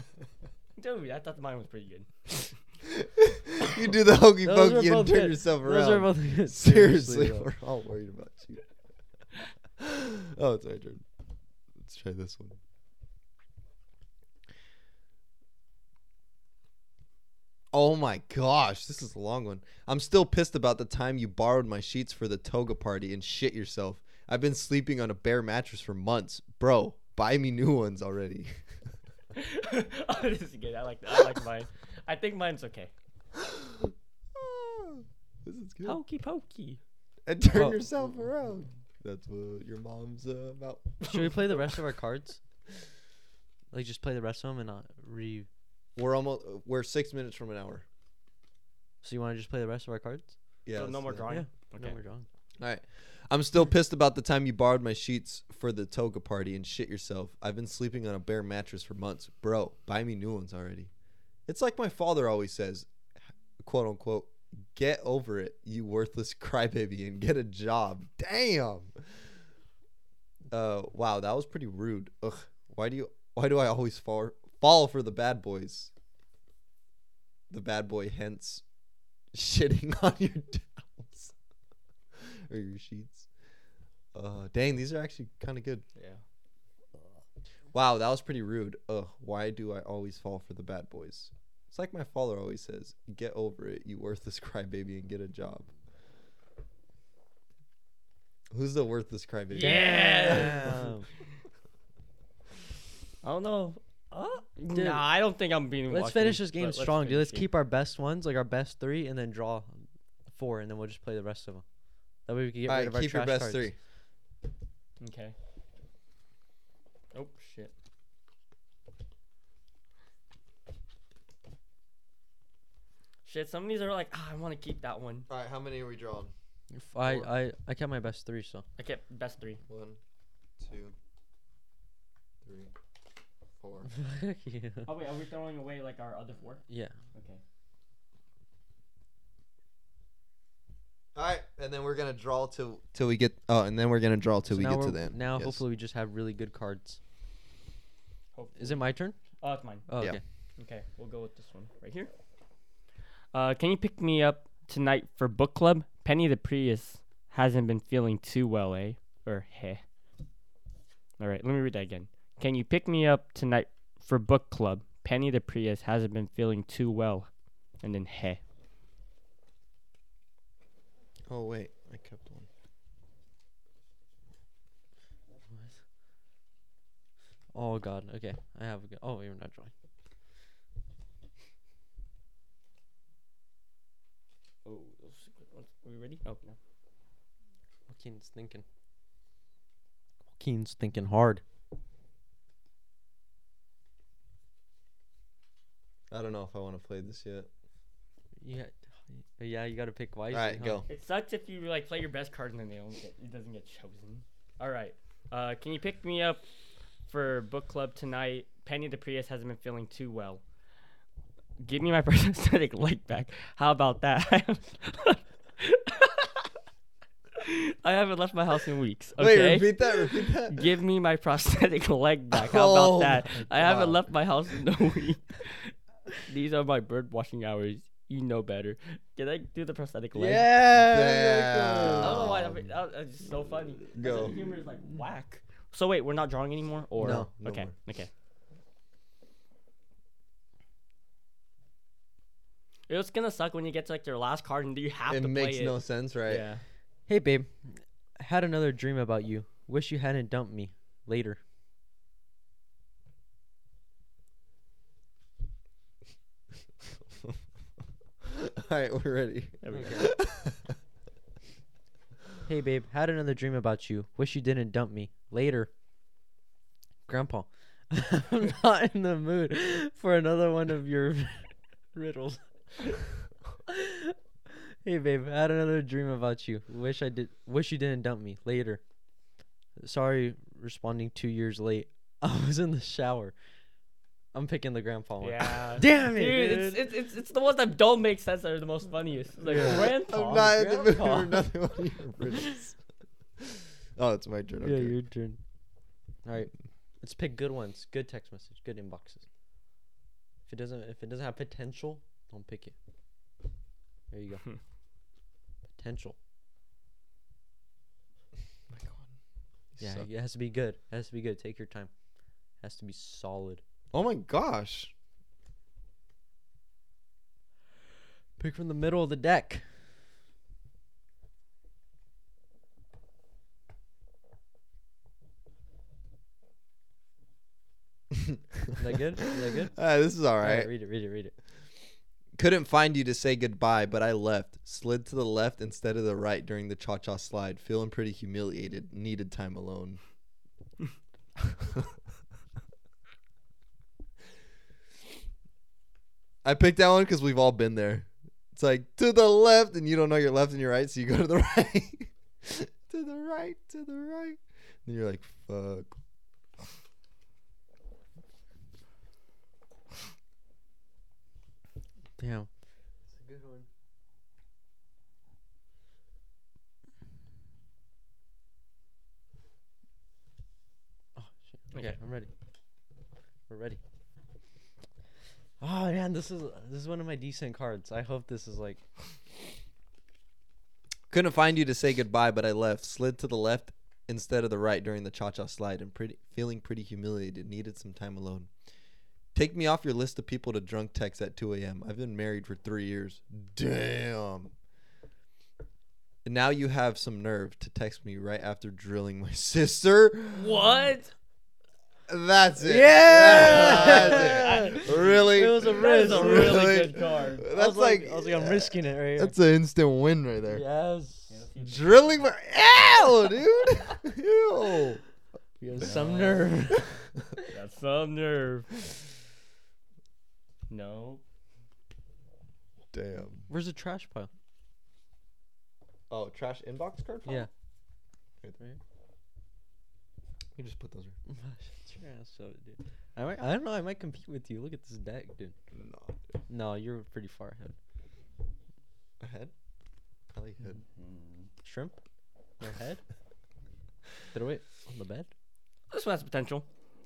Speaker 3: Dude, I thought mine was pretty good.
Speaker 2: [laughs]
Speaker 3: [laughs]
Speaker 2: you do the hokey
Speaker 1: Those were
Speaker 2: pokey and
Speaker 1: both
Speaker 2: turn
Speaker 1: good.
Speaker 2: yourself
Speaker 1: Those
Speaker 2: around.
Speaker 1: are both good.
Speaker 2: Seriously,
Speaker 1: though.
Speaker 2: we're all worried about you. [laughs] oh, it's my turn. Let's try this one. Oh my gosh, this is a long one. I'm still pissed about the time you borrowed my sheets for the toga party and shit yourself. I've been sleeping on a bare mattress for months. Bro, buy me new ones already. [laughs]
Speaker 3: oh, this is good. I like I like mine. I think mine's okay.
Speaker 2: Ah, this is good.
Speaker 3: Pokey pokey.
Speaker 2: And turn
Speaker 1: Oh.
Speaker 2: yourself around. That's what your mom's uh, about.
Speaker 1: Should we play the rest of our cards? Like just play the rest of them and not re.
Speaker 2: We're almost. We're six minutes from an hour.
Speaker 1: So you want to just play the rest of our cards?
Speaker 2: Yeah.
Speaker 3: so no
Speaker 2: that's
Speaker 3: more
Speaker 2: it.
Speaker 3: drawing.
Speaker 1: No,
Speaker 3: Okay.
Speaker 1: we're drawing.
Speaker 2: All right. I'm still pissed about the time you borrowed my sheets for the toga party and shit yourself. I've been sleeping on a bare mattress for months. Bro, buy me new ones already. It's like my father always says, quote unquote, get over it, you worthless [laughs] crybaby, and get a job. Damn. Uh, wow, that was pretty rude. Ugh. Why do you? Why do I always fall fall for the bad boys? The bad boy, hence, [laughs] shitting on your towels [laughs] or your sheets. Uh, dang, these are actually kind of good.
Speaker 3: Yeah.
Speaker 2: Wow, that was pretty rude. Ugh, why do I always fall for the bad boys? It's like my father always says, get over it, you worthless [laughs] crybaby, and get a job. Who's the worthless crybaby?
Speaker 3: Yeah. I don't know. Uh,
Speaker 1: Dude.
Speaker 3: nah, I don't think I'm being.
Speaker 1: Let's
Speaker 3: lucky,
Speaker 1: finish this
Speaker 3: but
Speaker 1: game strong, dude. Let's
Speaker 3: finish it.
Speaker 1: keep our best ones, like our best three, and then draw four, and then we'll just play the rest of them. That way we can get
Speaker 2: All
Speaker 1: rid
Speaker 2: right,
Speaker 1: of our
Speaker 2: keep your
Speaker 1: trash
Speaker 2: best
Speaker 1: cards.
Speaker 2: three.
Speaker 3: Okay. Oh shit. Shit, some of these are like, ah, I want to keep that one.
Speaker 2: All right, how many are we drawing?
Speaker 1: If I,
Speaker 2: Four.
Speaker 1: I, I kept my best three, so [laughs]
Speaker 3: I kept best three.
Speaker 2: One, two, three, four.
Speaker 1: yeah.
Speaker 3: Oh wait, are we throwing away like our other four?
Speaker 1: yeah.
Speaker 3: Okay.
Speaker 2: All right, and then we're gonna draw till till we get. Oh, and then we're gonna draw till
Speaker 1: So
Speaker 2: we
Speaker 1: now
Speaker 2: get to
Speaker 1: we're-
Speaker 2: the end.
Speaker 1: Now
Speaker 2: Yes.
Speaker 1: hopefully we just have really good cards.
Speaker 3: Hopefully.
Speaker 1: Is it my turn?
Speaker 3: Oh, it's mine.
Speaker 1: Oh,
Speaker 2: Yeah.
Speaker 1: okay.
Speaker 3: Okay, we'll go with this one right here. Uh, can you pick me up tonight for book club? Penny the Prius hasn't been feeling too well, eh? Or heh. All right, let me read that again. Can you pick me up tonight for book club? Penny the Prius hasn't been feeling too well, and then heh.
Speaker 2: Oh wait, I kept one.
Speaker 1: Oh god. Okay. I have a good. Oh, you're not drawing.
Speaker 3: Oh, are we ready? Oh no.
Speaker 1: Joaquin's thinking. Joaquin's thinking hard.
Speaker 2: I don't know if I want to play this yet.
Speaker 1: Yeah. Yeah. You got to pick wisely.
Speaker 2: All right,
Speaker 1: huh?
Speaker 2: go.
Speaker 3: It sucks if you like play your best cards and then they don't get, it doesn't get chosen. All right, uh, can you pick me up for book club tonight? Penny the Prius hasn't been feeling too well. Give me my [laughs] prosthetic leg back. How about that? [laughs] I haven't left my house in weeks. Okay.
Speaker 2: Wait, repeat that. Repeat that.
Speaker 3: [laughs]
Speaker 2: [laughs]
Speaker 3: Give me my prosthetic [laughs] leg back. How about
Speaker 2: Oh
Speaker 3: that?
Speaker 2: my
Speaker 3: I haven't
Speaker 2: God.
Speaker 3: left my house in [laughs] a week. These are my bird watching hours. You know better. Can I do the prosthetic leg? I don't know why. That,
Speaker 2: Damn.
Speaker 3: that, that's just so funny. That's
Speaker 2: Go.
Speaker 3: like humor is like whack. So wait, we're not drawing anymore, or
Speaker 2: No, no
Speaker 3: okay,
Speaker 2: more.
Speaker 3: okay. It's gonna suck when you get to like your last card and you have
Speaker 2: It
Speaker 3: to play
Speaker 2: makes
Speaker 3: it.
Speaker 2: no sense, right?
Speaker 3: Yeah.
Speaker 1: Hey, babe. Had another dream about you. Wish you hadn't dumped me. Later.
Speaker 2: [laughs] All right, we're ready. [laughs]
Speaker 3: There we go.
Speaker 1: Hey, babe. Had another dream about you. Wish you didn't dump me. Later. Grandpa. [laughs] I'm not in the mood for another one of your [laughs] riddles. hey, babe. Had another dream about you. Wish I did. Wish you didn't dump me. Later. Sorry, responding two years late. [laughs] I was in the shower. I'm picking the grandpa
Speaker 2: Oh.
Speaker 1: one.
Speaker 2: [laughs]
Speaker 3: Yeah.
Speaker 1: Damn it,
Speaker 3: Dude, it's, it's, it's, it's the ones that don't make sense that are the most funniest. It's Like, grandpa.
Speaker 2: I'm not in the mood for
Speaker 1: Grandpa.
Speaker 2: another one of your riddles.
Speaker 3: [laughs]
Speaker 2: Oh, it's my turn. Okay.
Speaker 1: Yeah, your turn. All right, let's pick good ones. Good text message. Good inboxes. If it doesn't, if it doesn't have potential, don't pick it. There you
Speaker 3: [laughs]
Speaker 1: go. potential.
Speaker 2: my God. You
Speaker 1: Yeah,
Speaker 2: suck.
Speaker 1: it has to be good. It has to be good. Take your time. has to be solid.
Speaker 2: Oh my gosh.
Speaker 1: Pick from the middle of the deck. that good? Is that good?
Speaker 2: Uh, this is all
Speaker 1: All right,
Speaker 2: right.
Speaker 1: read it, read it, read it.
Speaker 2: Couldn't find you to say goodbye, but I left. Slid to the left instead of the right during the cha cha slide. Feeling pretty humiliated. Needed time alone. [laughs] I picked that one because we've all been there. It's like to the left, and you don't know your left and your right, so you go to the [laughs] right. to the right, to the right. And you're like, fuck.
Speaker 1: Damn. Oh, Okay,
Speaker 3: Okay.
Speaker 1: I'm ready. We're ready. Oh man, this is this is one of my decent cards. I hope this is like
Speaker 2: Couldn't find you to say goodbye, but I left. Slid to the left instead of the right during the cha cha slide and pretty feeling pretty humiliated. Needed some time alone. Take me off your list of people to drunk text at 2 a.m. I've been married for three years. Damn. And now you have some nerve to text me right after drilling my [laughs] sister.
Speaker 3: What?
Speaker 2: That's it.
Speaker 1: Yeah!
Speaker 2: That's it. Really?
Speaker 1: It was a
Speaker 3: That is a
Speaker 1: risk.
Speaker 3: really
Speaker 2: Really?
Speaker 3: good card.
Speaker 2: [laughs] That's
Speaker 1: I was like,
Speaker 2: like
Speaker 1: I was like, I'm risking it right here.
Speaker 2: That's an instant win right there.
Speaker 1: Yes.
Speaker 2: Drilling my Ew, dude. [laughs] Ew.
Speaker 1: You have some
Speaker 2: [laughs]
Speaker 3: No.
Speaker 1: nerve.
Speaker 3: That's some nerve. No.
Speaker 2: Damn.
Speaker 1: Where's the trash pile?
Speaker 2: Oh, trash inbox card?
Speaker 1: Yeah.
Speaker 2: You just put those
Speaker 1: Oh, [laughs]
Speaker 2: in.
Speaker 1: Shut your ass up, dude. I might, I don't know. I might compete with you. Look at this deck, dude.
Speaker 2: No.
Speaker 1: No, you're pretty far ahead.
Speaker 2: Head? I like head.
Speaker 1: Shrimp, no [laughs] head. Did I wait on the bed?
Speaker 3: This one has potential.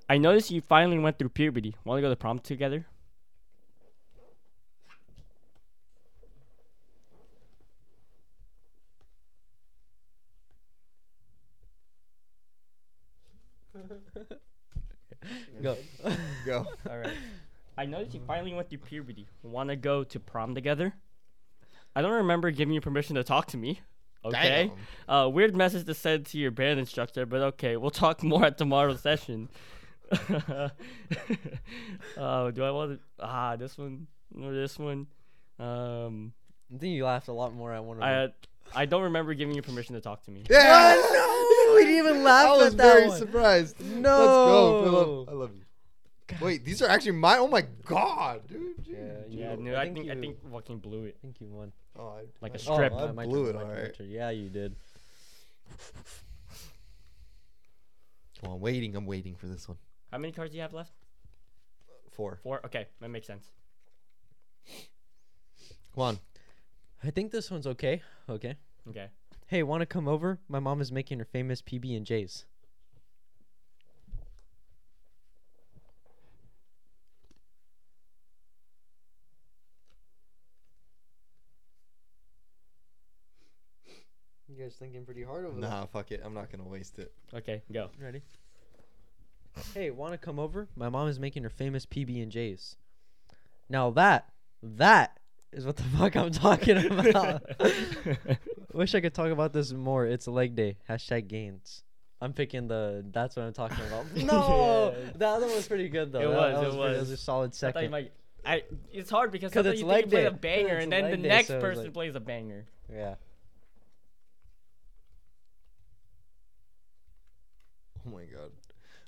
Speaker 3: I noticed you finally went through puberty. Want to go to prom together?
Speaker 1: Go.
Speaker 2: Go.
Speaker 1: [laughs] All right.
Speaker 3: I noticed you finally went through puberty. Want to go to prom together? I don't remember giving you permission to talk to me. Okay. Uh, weird message to send to your band instructor, but okay, we'll talk [laughs] more at tomorrow's session. [laughs] uh, do I want to? Ah, this one or this one? Um,
Speaker 1: I think you laughed a lot more at one of them.
Speaker 3: I I don't remember giving you permission to talk to me.
Speaker 2: Yeah.
Speaker 1: no! We didn't
Speaker 2: [laughs]
Speaker 1: even laugh
Speaker 2: I was
Speaker 1: at that
Speaker 2: very
Speaker 1: one.
Speaker 2: surprised.
Speaker 1: No.
Speaker 2: Let's go, Philip. I love you. Wait, these are actually my. Oh my god, dude. Jeez.
Speaker 1: Yeah,
Speaker 3: Yeah,
Speaker 1: You-
Speaker 3: no,
Speaker 1: I
Speaker 3: I
Speaker 1: think
Speaker 3: think I
Speaker 1: you-
Speaker 3: think fucking blew it.
Speaker 1: I think you won.
Speaker 2: Oh, I,
Speaker 3: Like a
Speaker 2: I-
Speaker 3: strip.
Speaker 2: Oh,
Speaker 1: my-
Speaker 2: I
Speaker 1: my
Speaker 2: blew
Speaker 1: turn,
Speaker 2: it.
Speaker 1: my
Speaker 2: All
Speaker 1: turn, my
Speaker 2: right.
Speaker 1: turn. Yeah, you did.
Speaker 2: Come on, waiting. I'm waiting for this one.
Speaker 3: How many cards do you have left?
Speaker 2: Four.
Speaker 3: Four. Okay, that makes sense.
Speaker 2: Come on.
Speaker 1: I think this one's okay. Okay.
Speaker 3: Okay.
Speaker 1: Hey, want to come over? My mom is making her famous PB and J's. You guys thinking pretty hard over
Speaker 2: Nah, fuck it. I'm not gonna waste it.
Speaker 3: Okay, go.
Speaker 1: Ready? Hey, want to come over? My mom is making her famous PB and J's. Now that that is what the [laughs] fuck I'm talking
Speaker 3: [laughs]
Speaker 1: about. Wish I could talk about this more. It's leg day. Hashtag gains. I'm picking the. That's what I'm talking
Speaker 3: [laughs]
Speaker 1: about. No,
Speaker 3: Yeah.
Speaker 1: the other one was pretty good though.
Speaker 3: It
Speaker 1: That-
Speaker 3: was,
Speaker 1: that
Speaker 3: it
Speaker 1: pretty- that was
Speaker 3: was.
Speaker 1: a solid
Speaker 3: I thought you
Speaker 1: second.
Speaker 3: might. I, it's hard because
Speaker 1: 'Cause
Speaker 3: sometimes
Speaker 1: it's
Speaker 3: you think
Speaker 1: leg
Speaker 3: you play
Speaker 1: day.
Speaker 3: a banger
Speaker 1: It's
Speaker 3: and then the
Speaker 1: leg day,
Speaker 3: next
Speaker 1: so it's
Speaker 3: person
Speaker 1: like-
Speaker 3: plays
Speaker 1: [coughs]
Speaker 3: a banger. [laughs]
Speaker 1: yeah. [laughs]
Speaker 2: Oh my god.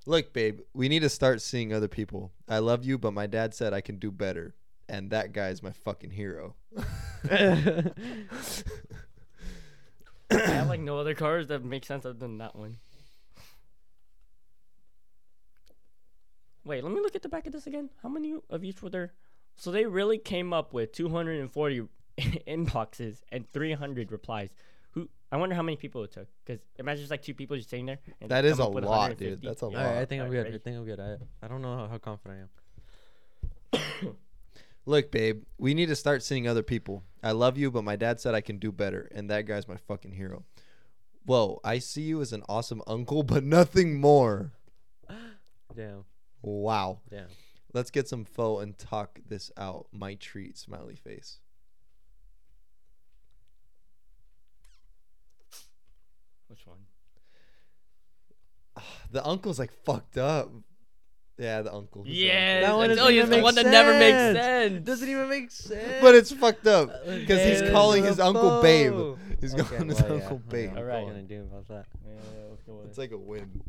Speaker 2: Look, babe, we need to start seeing other people. I love you, but my dad said I can do better, and that guy is my fucking hero. [laughs]
Speaker 3: I have like no other cards that make sense other than that one. Wait, let me look at the back of this again. How many of each were there? So they really came up with 240 [laughs] inboxes and 300 replies. Who? I wonder how many people it took. Because imagine just like two people just sitting there. And
Speaker 2: That
Speaker 3: they
Speaker 2: is
Speaker 3: come
Speaker 2: a
Speaker 3: up with
Speaker 2: lot,
Speaker 3: 150.
Speaker 2: dude. That's a
Speaker 1: All right, I
Speaker 2: lot.
Speaker 1: think I'm
Speaker 3: Alright,
Speaker 1: good. I
Speaker 3: ready?
Speaker 1: think I'm good. I I don't know how, how confident I am.
Speaker 2: Look, babe, we need to start seeing other people. I love you, but my dad said I can do better, and that guy's my fucking hero. Whoa, I see you as an awesome uncle, [laughs] but nothing more.
Speaker 1: Damn.
Speaker 2: Wow.
Speaker 1: Damn.
Speaker 2: Let's get some pho and talk this out. My treat, smiley face.
Speaker 3: Which one?
Speaker 2: The uncle's like fucked up. Yeah, the uncle. who's the
Speaker 3: Yeah,
Speaker 1: That
Speaker 2: uncle.
Speaker 1: one
Speaker 3: I
Speaker 1: doesn't
Speaker 3: tell you,
Speaker 1: even
Speaker 3: it's the
Speaker 1: make
Speaker 3: one that never makes
Speaker 1: sense.
Speaker 3: sense.
Speaker 1: Doesn't even [laughs] make sense.
Speaker 2: But it's fucked up because
Speaker 3: Hey,
Speaker 2: he's
Speaker 3: there's
Speaker 2: calling
Speaker 1: a
Speaker 2: his uncle Babe.
Speaker 1: bow.
Speaker 2: He's
Speaker 1: Okay,
Speaker 2: calling his
Speaker 1: well, yeah,
Speaker 2: uncle
Speaker 1: I don't
Speaker 2: Babe.
Speaker 1: know
Speaker 3: All
Speaker 1: what
Speaker 3: right.
Speaker 1: I'm gonna do about that.
Speaker 3: Yeah, let's go with
Speaker 2: It's
Speaker 3: it.
Speaker 2: like a win.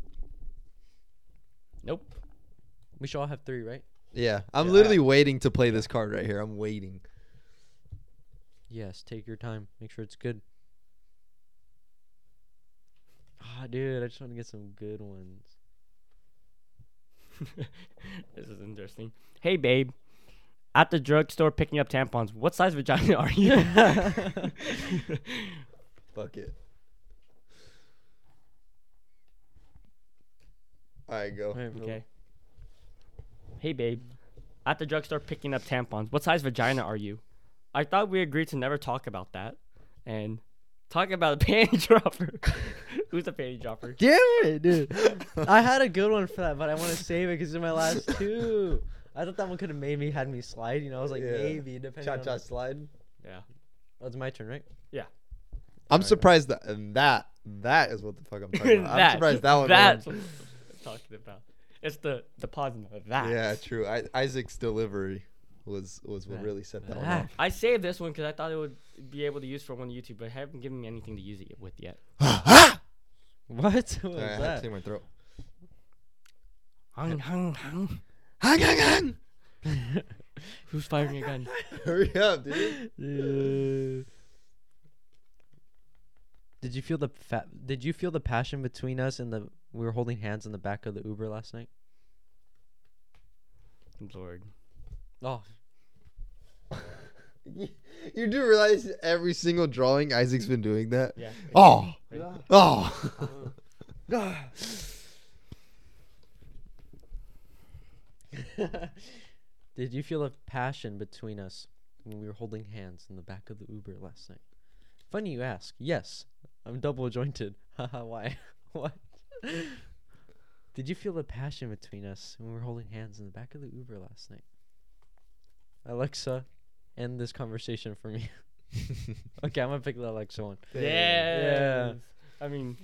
Speaker 3: Nope.
Speaker 1: We should all have three, right?
Speaker 2: Yeah, I'm
Speaker 3: Yeah.
Speaker 2: literally waiting to play this card right here. I'm waiting.
Speaker 1: Yes. Take your time. Make sure it's good. Ah, dude, I just want to get some good ones.
Speaker 3: [laughs] this is interesting. Hey, babe. At the drugstore picking up tampons, what size vagina
Speaker 2: [laughs]
Speaker 3: are you? [laughs]
Speaker 2: Fuck it. All right, go. [laughs]
Speaker 1: Alright, Phil.
Speaker 3: okay. Hey, babe. At the drugstore picking up tampons, what size vagina are you? I thought we agreed to never talk about that. And talk about a [laughs] panty dropper. Who's a panty dropper?
Speaker 1: Damn it, dude. [laughs] I had a good one for that, but I want to save it because it's my last [laughs] two. I thought that one could have made me had me slide. You know, I was like
Speaker 2: Yeah.
Speaker 1: maybe depending
Speaker 2: Cha
Speaker 1: on.
Speaker 2: cha slide.
Speaker 3: Yeah.
Speaker 1: Oh, it's my turn, right? [laughs]
Speaker 2: I'm surprised that and that that is what the fuck I'm
Speaker 1: [laughs]
Speaker 2: talking about. I'm surprised that one.
Speaker 3: That's
Speaker 2: won.
Speaker 3: what I'm [laughs] talking about. It's the the pause in the that.
Speaker 2: Yeah, true. I, Isaac's delivery was was what
Speaker 1: That-
Speaker 2: really
Speaker 1: [laughs]
Speaker 2: set that one
Speaker 1: that.
Speaker 2: off. [laughs]
Speaker 3: I saved this one because I thought it would be able to use for one YouTube, but I haven't given me anything to use it with yet.
Speaker 1: What? What was
Speaker 2: Sorry, I had to
Speaker 1: that?
Speaker 2: clear my throat.
Speaker 3: Hung, hung, hung.
Speaker 2: Hang, hang, hang.
Speaker 3: Who's firing a gun?
Speaker 2: [laughs]
Speaker 3: [laughs]
Speaker 2: Hurry up, dude.
Speaker 1: Uh, Did you feel the fa- Did you feel the passion between us and the? We were holding hands in the back of the Uber last night.
Speaker 3: Lord.
Speaker 1: Oh,
Speaker 2: You, you do realize every single drawing Isaac's been doing that?
Speaker 3: Yeah.
Speaker 2: Oh.
Speaker 3: Right.
Speaker 2: [laughs] Oh.
Speaker 1: [laughs]
Speaker 2: [laughs]
Speaker 1: did you feel the passion between us when we were holding hands in the back of the Uber last night? Funny you ask. Yes, I'm double jointed. [laughs] Haha. Why? what? did you feel the passion between us when we were holding hands in the back of the Uber last night? Alexa, end this conversation for me. okay, I'm gonna pick the Alexa one.
Speaker 3: Yeah. I mean,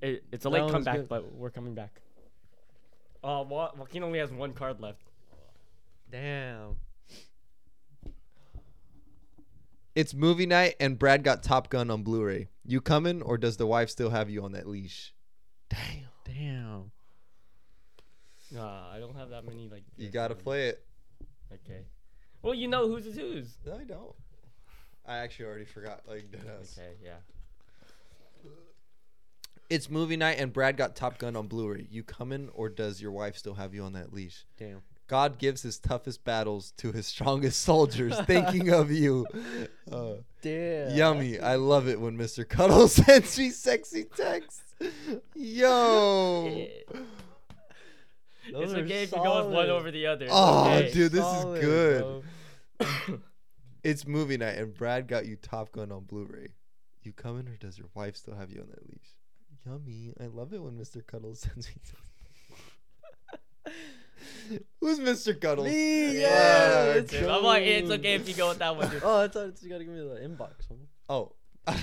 Speaker 3: it, it's a
Speaker 1: That
Speaker 3: late
Speaker 1: one's
Speaker 3: comeback,
Speaker 1: good.
Speaker 3: but we're coming back. Uh, Wa- Joaquin only has one card left.
Speaker 1: Damn.
Speaker 2: It's movie night and Brad got Top Gun on Blu-ray. You coming or does the wife still have you on that leash? Damn.
Speaker 1: Damn.
Speaker 3: Nah, I don't have that many. Like
Speaker 2: You
Speaker 3: good
Speaker 2: gotta
Speaker 3: cards.
Speaker 2: play it.
Speaker 3: Okay. Well, you know whose is whose.
Speaker 2: No, I don't. I actually already forgot. Like dead ass.
Speaker 3: Okay. Yeah.
Speaker 2: It's movie night and Brad got Top Gun on Blu-ray. You coming or does your wife still have you on that leash?
Speaker 1: Damn.
Speaker 2: God gives his toughest battles to his [laughs] strongest soldiers, thinking
Speaker 1: [laughs]
Speaker 2: of you. Uh,
Speaker 1: Damn.
Speaker 2: Yummy. I love it when Mr. Cuddle [laughs] sends me sexy texts. Yo.
Speaker 1: Those
Speaker 3: it's
Speaker 1: are
Speaker 3: okay if you go with one
Speaker 1: solid.
Speaker 3: over the other. It's
Speaker 2: Oh,
Speaker 3: okay. [laughs]
Speaker 2: dude, this
Speaker 1: solid,
Speaker 2: is good.
Speaker 1: bro.
Speaker 2: It's movie night, and Brad got you Top Gun on Blu ray. You coming, or does your wife still have you on that leash? Yummy. I love it when Mr. Cuddle [laughs] sends me texts. Who's Mr. Cuddle?
Speaker 1: Me,
Speaker 2: Yeah,
Speaker 1: yeah, let's
Speaker 2: okay.
Speaker 3: Dude, I'm like, it's okay if you go with that one. dude.
Speaker 1: [laughs] Oh, that's all, you gotta give me the inbox one. [laughs]
Speaker 2: Oh. [laughs]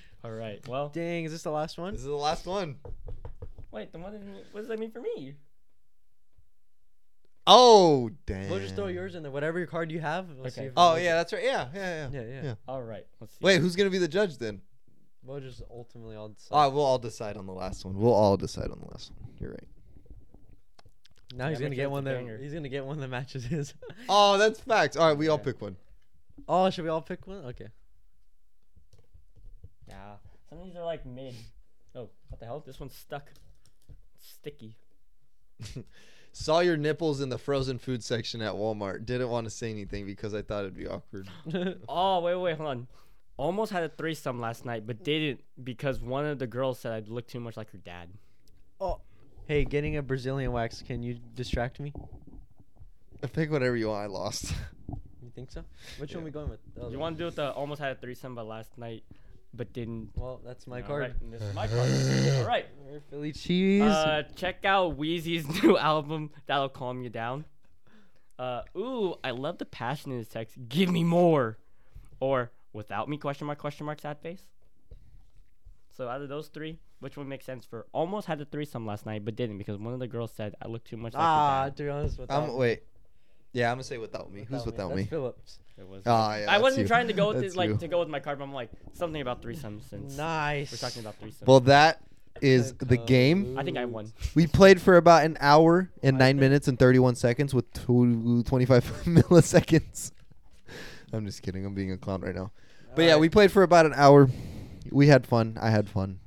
Speaker 3: [laughs] All right. Well,
Speaker 1: Dang, is this the last one?
Speaker 2: This is the last one.
Speaker 3: wait. Then what, does it mean- what does that mean for me?
Speaker 2: Oh, damn.
Speaker 1: We'll just throw yours in there. Whatever your card you have. We'll see
Speaker 3: Okay.
Speaker 1: if it
Speaker 2: Oh,
Speaker 1: works.
Speaker 2: yeah, that's right. Yeah, yeah, yeah.
Speaker 1: Yeah, yeah.
Speaker 2: Yeah.
Speaker 3: All right. Let's see.
Speaker 2: Wait, who's going to be the judge then?
Speaker 1: We'll just ultimately all decide.
Speaker 2: Ah, we'll all decide on the last one. We'll all decide on the last one. You're right.
Speaker 1: now
Speaker 3: Yeah,
Speaker 1: he's gonna
Speaker 3: make sure
Speaker 1: get
Speaker 3: it's
Speaker 1: one
Speaker 3: a
Speaker 1: that
Speaker 3: banger.
Speaker 1: he's gonna get one that matches his. [laughs]
Speaker 2: Oh, that's facts. All right, we all
Speaker 3: Yeah.
Speaker 2: pick one.
Speaker 1: oh, should we all pick one? Okay. [laughs]
Speaker 3: Yeah. Some of these are like mid. Oh, what the hell? This one's stuck. Sticky.
Speaker 2: Saw your nipples in the frozen food section at Walmart. Didn't want to say anything because I thought it'd be awkward.
Speaker 3: Oh, wait, wait, hold on. Almost had a threesome last night, but didn't because one of the girls said I'd look too much like her dad.
Speaker 1: hey, getting a Brazilian wax. Can you distract me?
Speaker 2: pick whatever you want. I [laughs] lost.
Speaker 1: You think so? Which
Speaker 2: Yeah.
Speaker 1: one we going with? The other
Speaker 3: You
Speaker 1: one.
Speaker 3: want to do it the almost had a threesome, but last night, but didn't.
Speaker 1: Well, that's my
Speaker 3: All
Speaker 1: card.
Speaker 3: right, and this is my card. All right.
Speaker 1: Alright, Philly cheese.
Speaker 3: Uh, check out Wheezy's [laughs] new album. That'll calm you down. Uh, ooh, I love the passion in his text. Give me more, or without me? Question mark? Question mark? Sad face. So out of those three, which would make sense for almost had a threesome last night, but didn't because one of the girls said I look too much like
Speaker 1: ah,
Speaker 3: your
Speaker 1: to be honest with
Speaker 2: I'm wait. Yeah, I'm gonna say without me. Who's without me?
Speaker 1: Phillips.
Speaker 3: dad. It was.
Speaker 2: Ah, yeah,
Speaker 3: I
Speaker 2: that's
Speaker 3: wasn't
Speaker 2: you.
Speaker 3: trying to go with
Speaker 2: That's
Speaker 3: this, like
Speaker 2: you.
Speaker 3: to go with my card, but I'm like something about threesomes since
Speaker 1: Nice.
Speaker 3: we're talking about threesomes.
Speaker 2: Well, that is
Speaker 1: Good
Speaker 2: the
Speaker 1: call,
Speaker 2: game.
Speaker 3: I think I won.
Speaker 2: We played for about an hour and
Speaker 1: I
Speaker 2: nine
Speaker 1: think-
Speaker 2: minutes and 31 seconds with two, 25 [laughs] milliseconds. I'm just kidding. I'm being a clown right now. But yeah, we played for about an hour. We had fun. I had fun.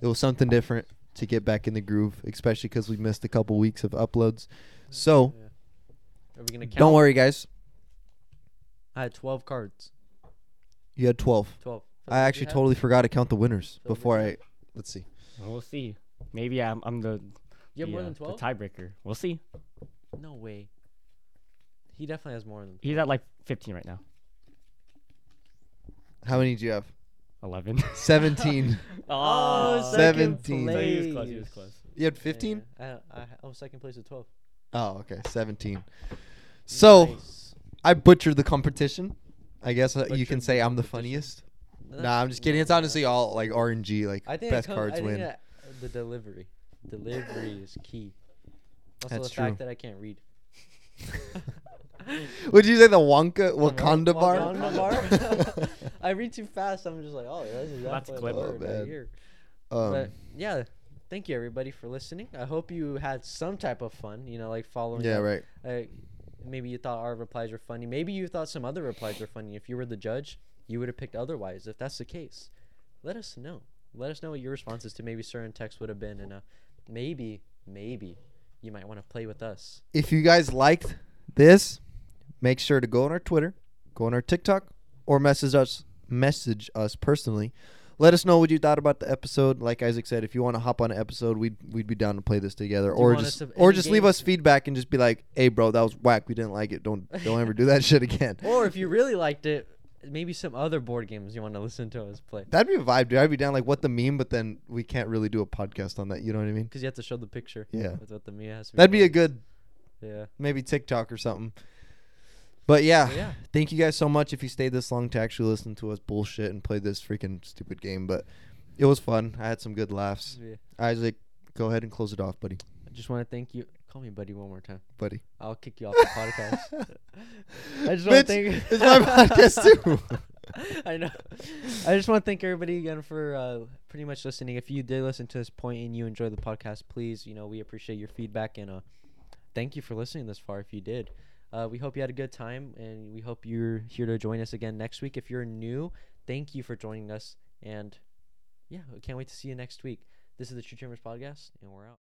Speaker 2: It was something different to get back in the groove, especially because we missed a couple weeks of uploads. So
Speaker 1: Are we gonna count?
Speaker 2: don't worry, guys.
Speaker 1: I had twelve cards.
Speaker 2: You had 12.
Speaker 1: Twelve.
Speaker 2: I actually totally forgot to count the winners
Speaker 1: So did
Speaker 2: before
Speaker 1: I.
Speaker 2: I. Let's see.
Speaker 3: We'll see. Maybe I'm, I'm the
Speaker 1: You have
Speaker 3: the,
Speaker 1: more
Speaker 3: uh,
Speaker 1: than
Speaker 3: the
Speaker 1: twelve.
Speaker 3: tiebreaker. We'll see.
Speaker 1: No way. He definitely has more than.
Speaker 3: He's at like 15 right now.
Speaker 2: How many do you have?
Speaker 3: 11.
Speaker 2: 17.
Speaker 1: [laughs] Oh,
Speaker 3: Aw.
Speaker 1: second
Speaker 2: 17.
Speaker 3: So he was close.
Speaker 1: place.
Speaker 3: He was close.
Speaker 2: you had 15?
Speaker 1: Yeah, I, I, I was second place with twelve.
Speaker 2: Oh, okay. 17. So.
Speaker 1: Nice.
Speaker 2: I butchered the competition. I guess uh, you
Speaker 1: Butchered
Speaker 2: can
Speaker 1: the
Speaker 2: say I'm the
Speaker 1: competition.
Speaker 2: funniest.
Speaker 1: No,
Speaker 2: Nah, I'm just kidding.
Speaker 1: no,
Speaker 2: It's honestly all like RNG, like
Speaker 1: I think it
Speaker 2: best
Speaker 1: comes-
Speaker 2: cards
Speaker 1: I think
Speaker 2: win. [laughs]
Speaker 1: that the delivery, delivery is key. Also
Speaker 2: That's
Speaker 1: the fact
Speaker 2: true.
Speaker 1: that I can't read.
Speaker 2: Would you say the Wonka Wakanda bar?
Speaker 1: Wakanda
Speaker 2: [laughs]
Speaker 1: bar? [laughs] I read too fast. I'm just like, oh, this is
Speaker 3: That's
Speaker 1: definitely a
Speaker 3: clever.
Speaker 2: Oh,
Speaker 1: word
Speaker 2: man.
Speaker 1: right here.
Speaker 2: Um,
Speaker 1: but yeah, thank you everybody for listening. I hope you had some type of fun. You know, like following.
Speaker 2: yeah,
Speaker 1: up.
Speaker 2: right.
Speaker 1: Uh, maybe you thought our replies were funny. Maybe you thought some other replies were funny. If you were the judge, you would have picked otherwise. If that's the case, let us know. Let us know what your responses to maybe certain texts would have been, and uh, maybe, maybe you might want to play with us.
Speaker 2: If you guys liked this, make sure to go on our Twitter, go on our TikTok, or message us message us personally. Let us know what you thought about the episode. Like Isaac said, if you want to hop on an episode, we'd we'd be down to play this together,
Speaker 1: Do you
Speaker 2: or
Speaker 1: want us
Speaker 2: just
Speaker 1: to-
Speaker 2: or
Speaker 1: any
Speaker 2: just leave
Speaker 1: games?
Speaker 2: us feedback and just be like, "Hey, bro, that was whack. We didn't like it. Don't don't ever do that [laughs] shit again."
Speaker 1: [laughs] Or if you really liked it, maybe some other board games you want to listen to us play.
Speaker 2: That'd be a vibe, dude. I'd be down like what the meme, but then we can't really do a podcast on that. You know what I mean?
Speaker 1: Because you have to show the picture.
Speaker 2: Yeah.
Speaker 1: With what the Mia has to
Speaker 2: That'd be a good
Speaker 1: Yeah.
Speaker 2: maybe TikTok or something. But yeah,
Speaker 1: But yeah.
Speaker 2: thank you guys so much if you stayed this long to actually listen to us bullshit and play this freaking stupid game. But it was fun. I had some good laughs.
Speaker 1: yeah.
Speaker 2: Isaac, go ahead and close it off, buddy.
Speaker 1: I just want to thank you. Call me buddy one more time.
Speaker 2: Buddy.
Speaker 1: I'll kick you off the podcast.
Speaker 2: [laughs]
Speaker 1: I just
Speaker 2: Bitch,
Speaker 1: want to thank.
Speaker 2: it's my podcast too.
Speaker 1: [laughs] I know. I just want to thank everybody again for uh, pretty much listening. If you did listen to this point and you enjoyed the podcast, please, you know, we appreciate your feedback and uh, thank you for listening this far. If you did, uh, we hope you had a good time and we hope you're here to join us again next week. If you're new, thank you for joining us and yeah, I can't wait to see you next week. This is the True Chambers Podcast and we're out.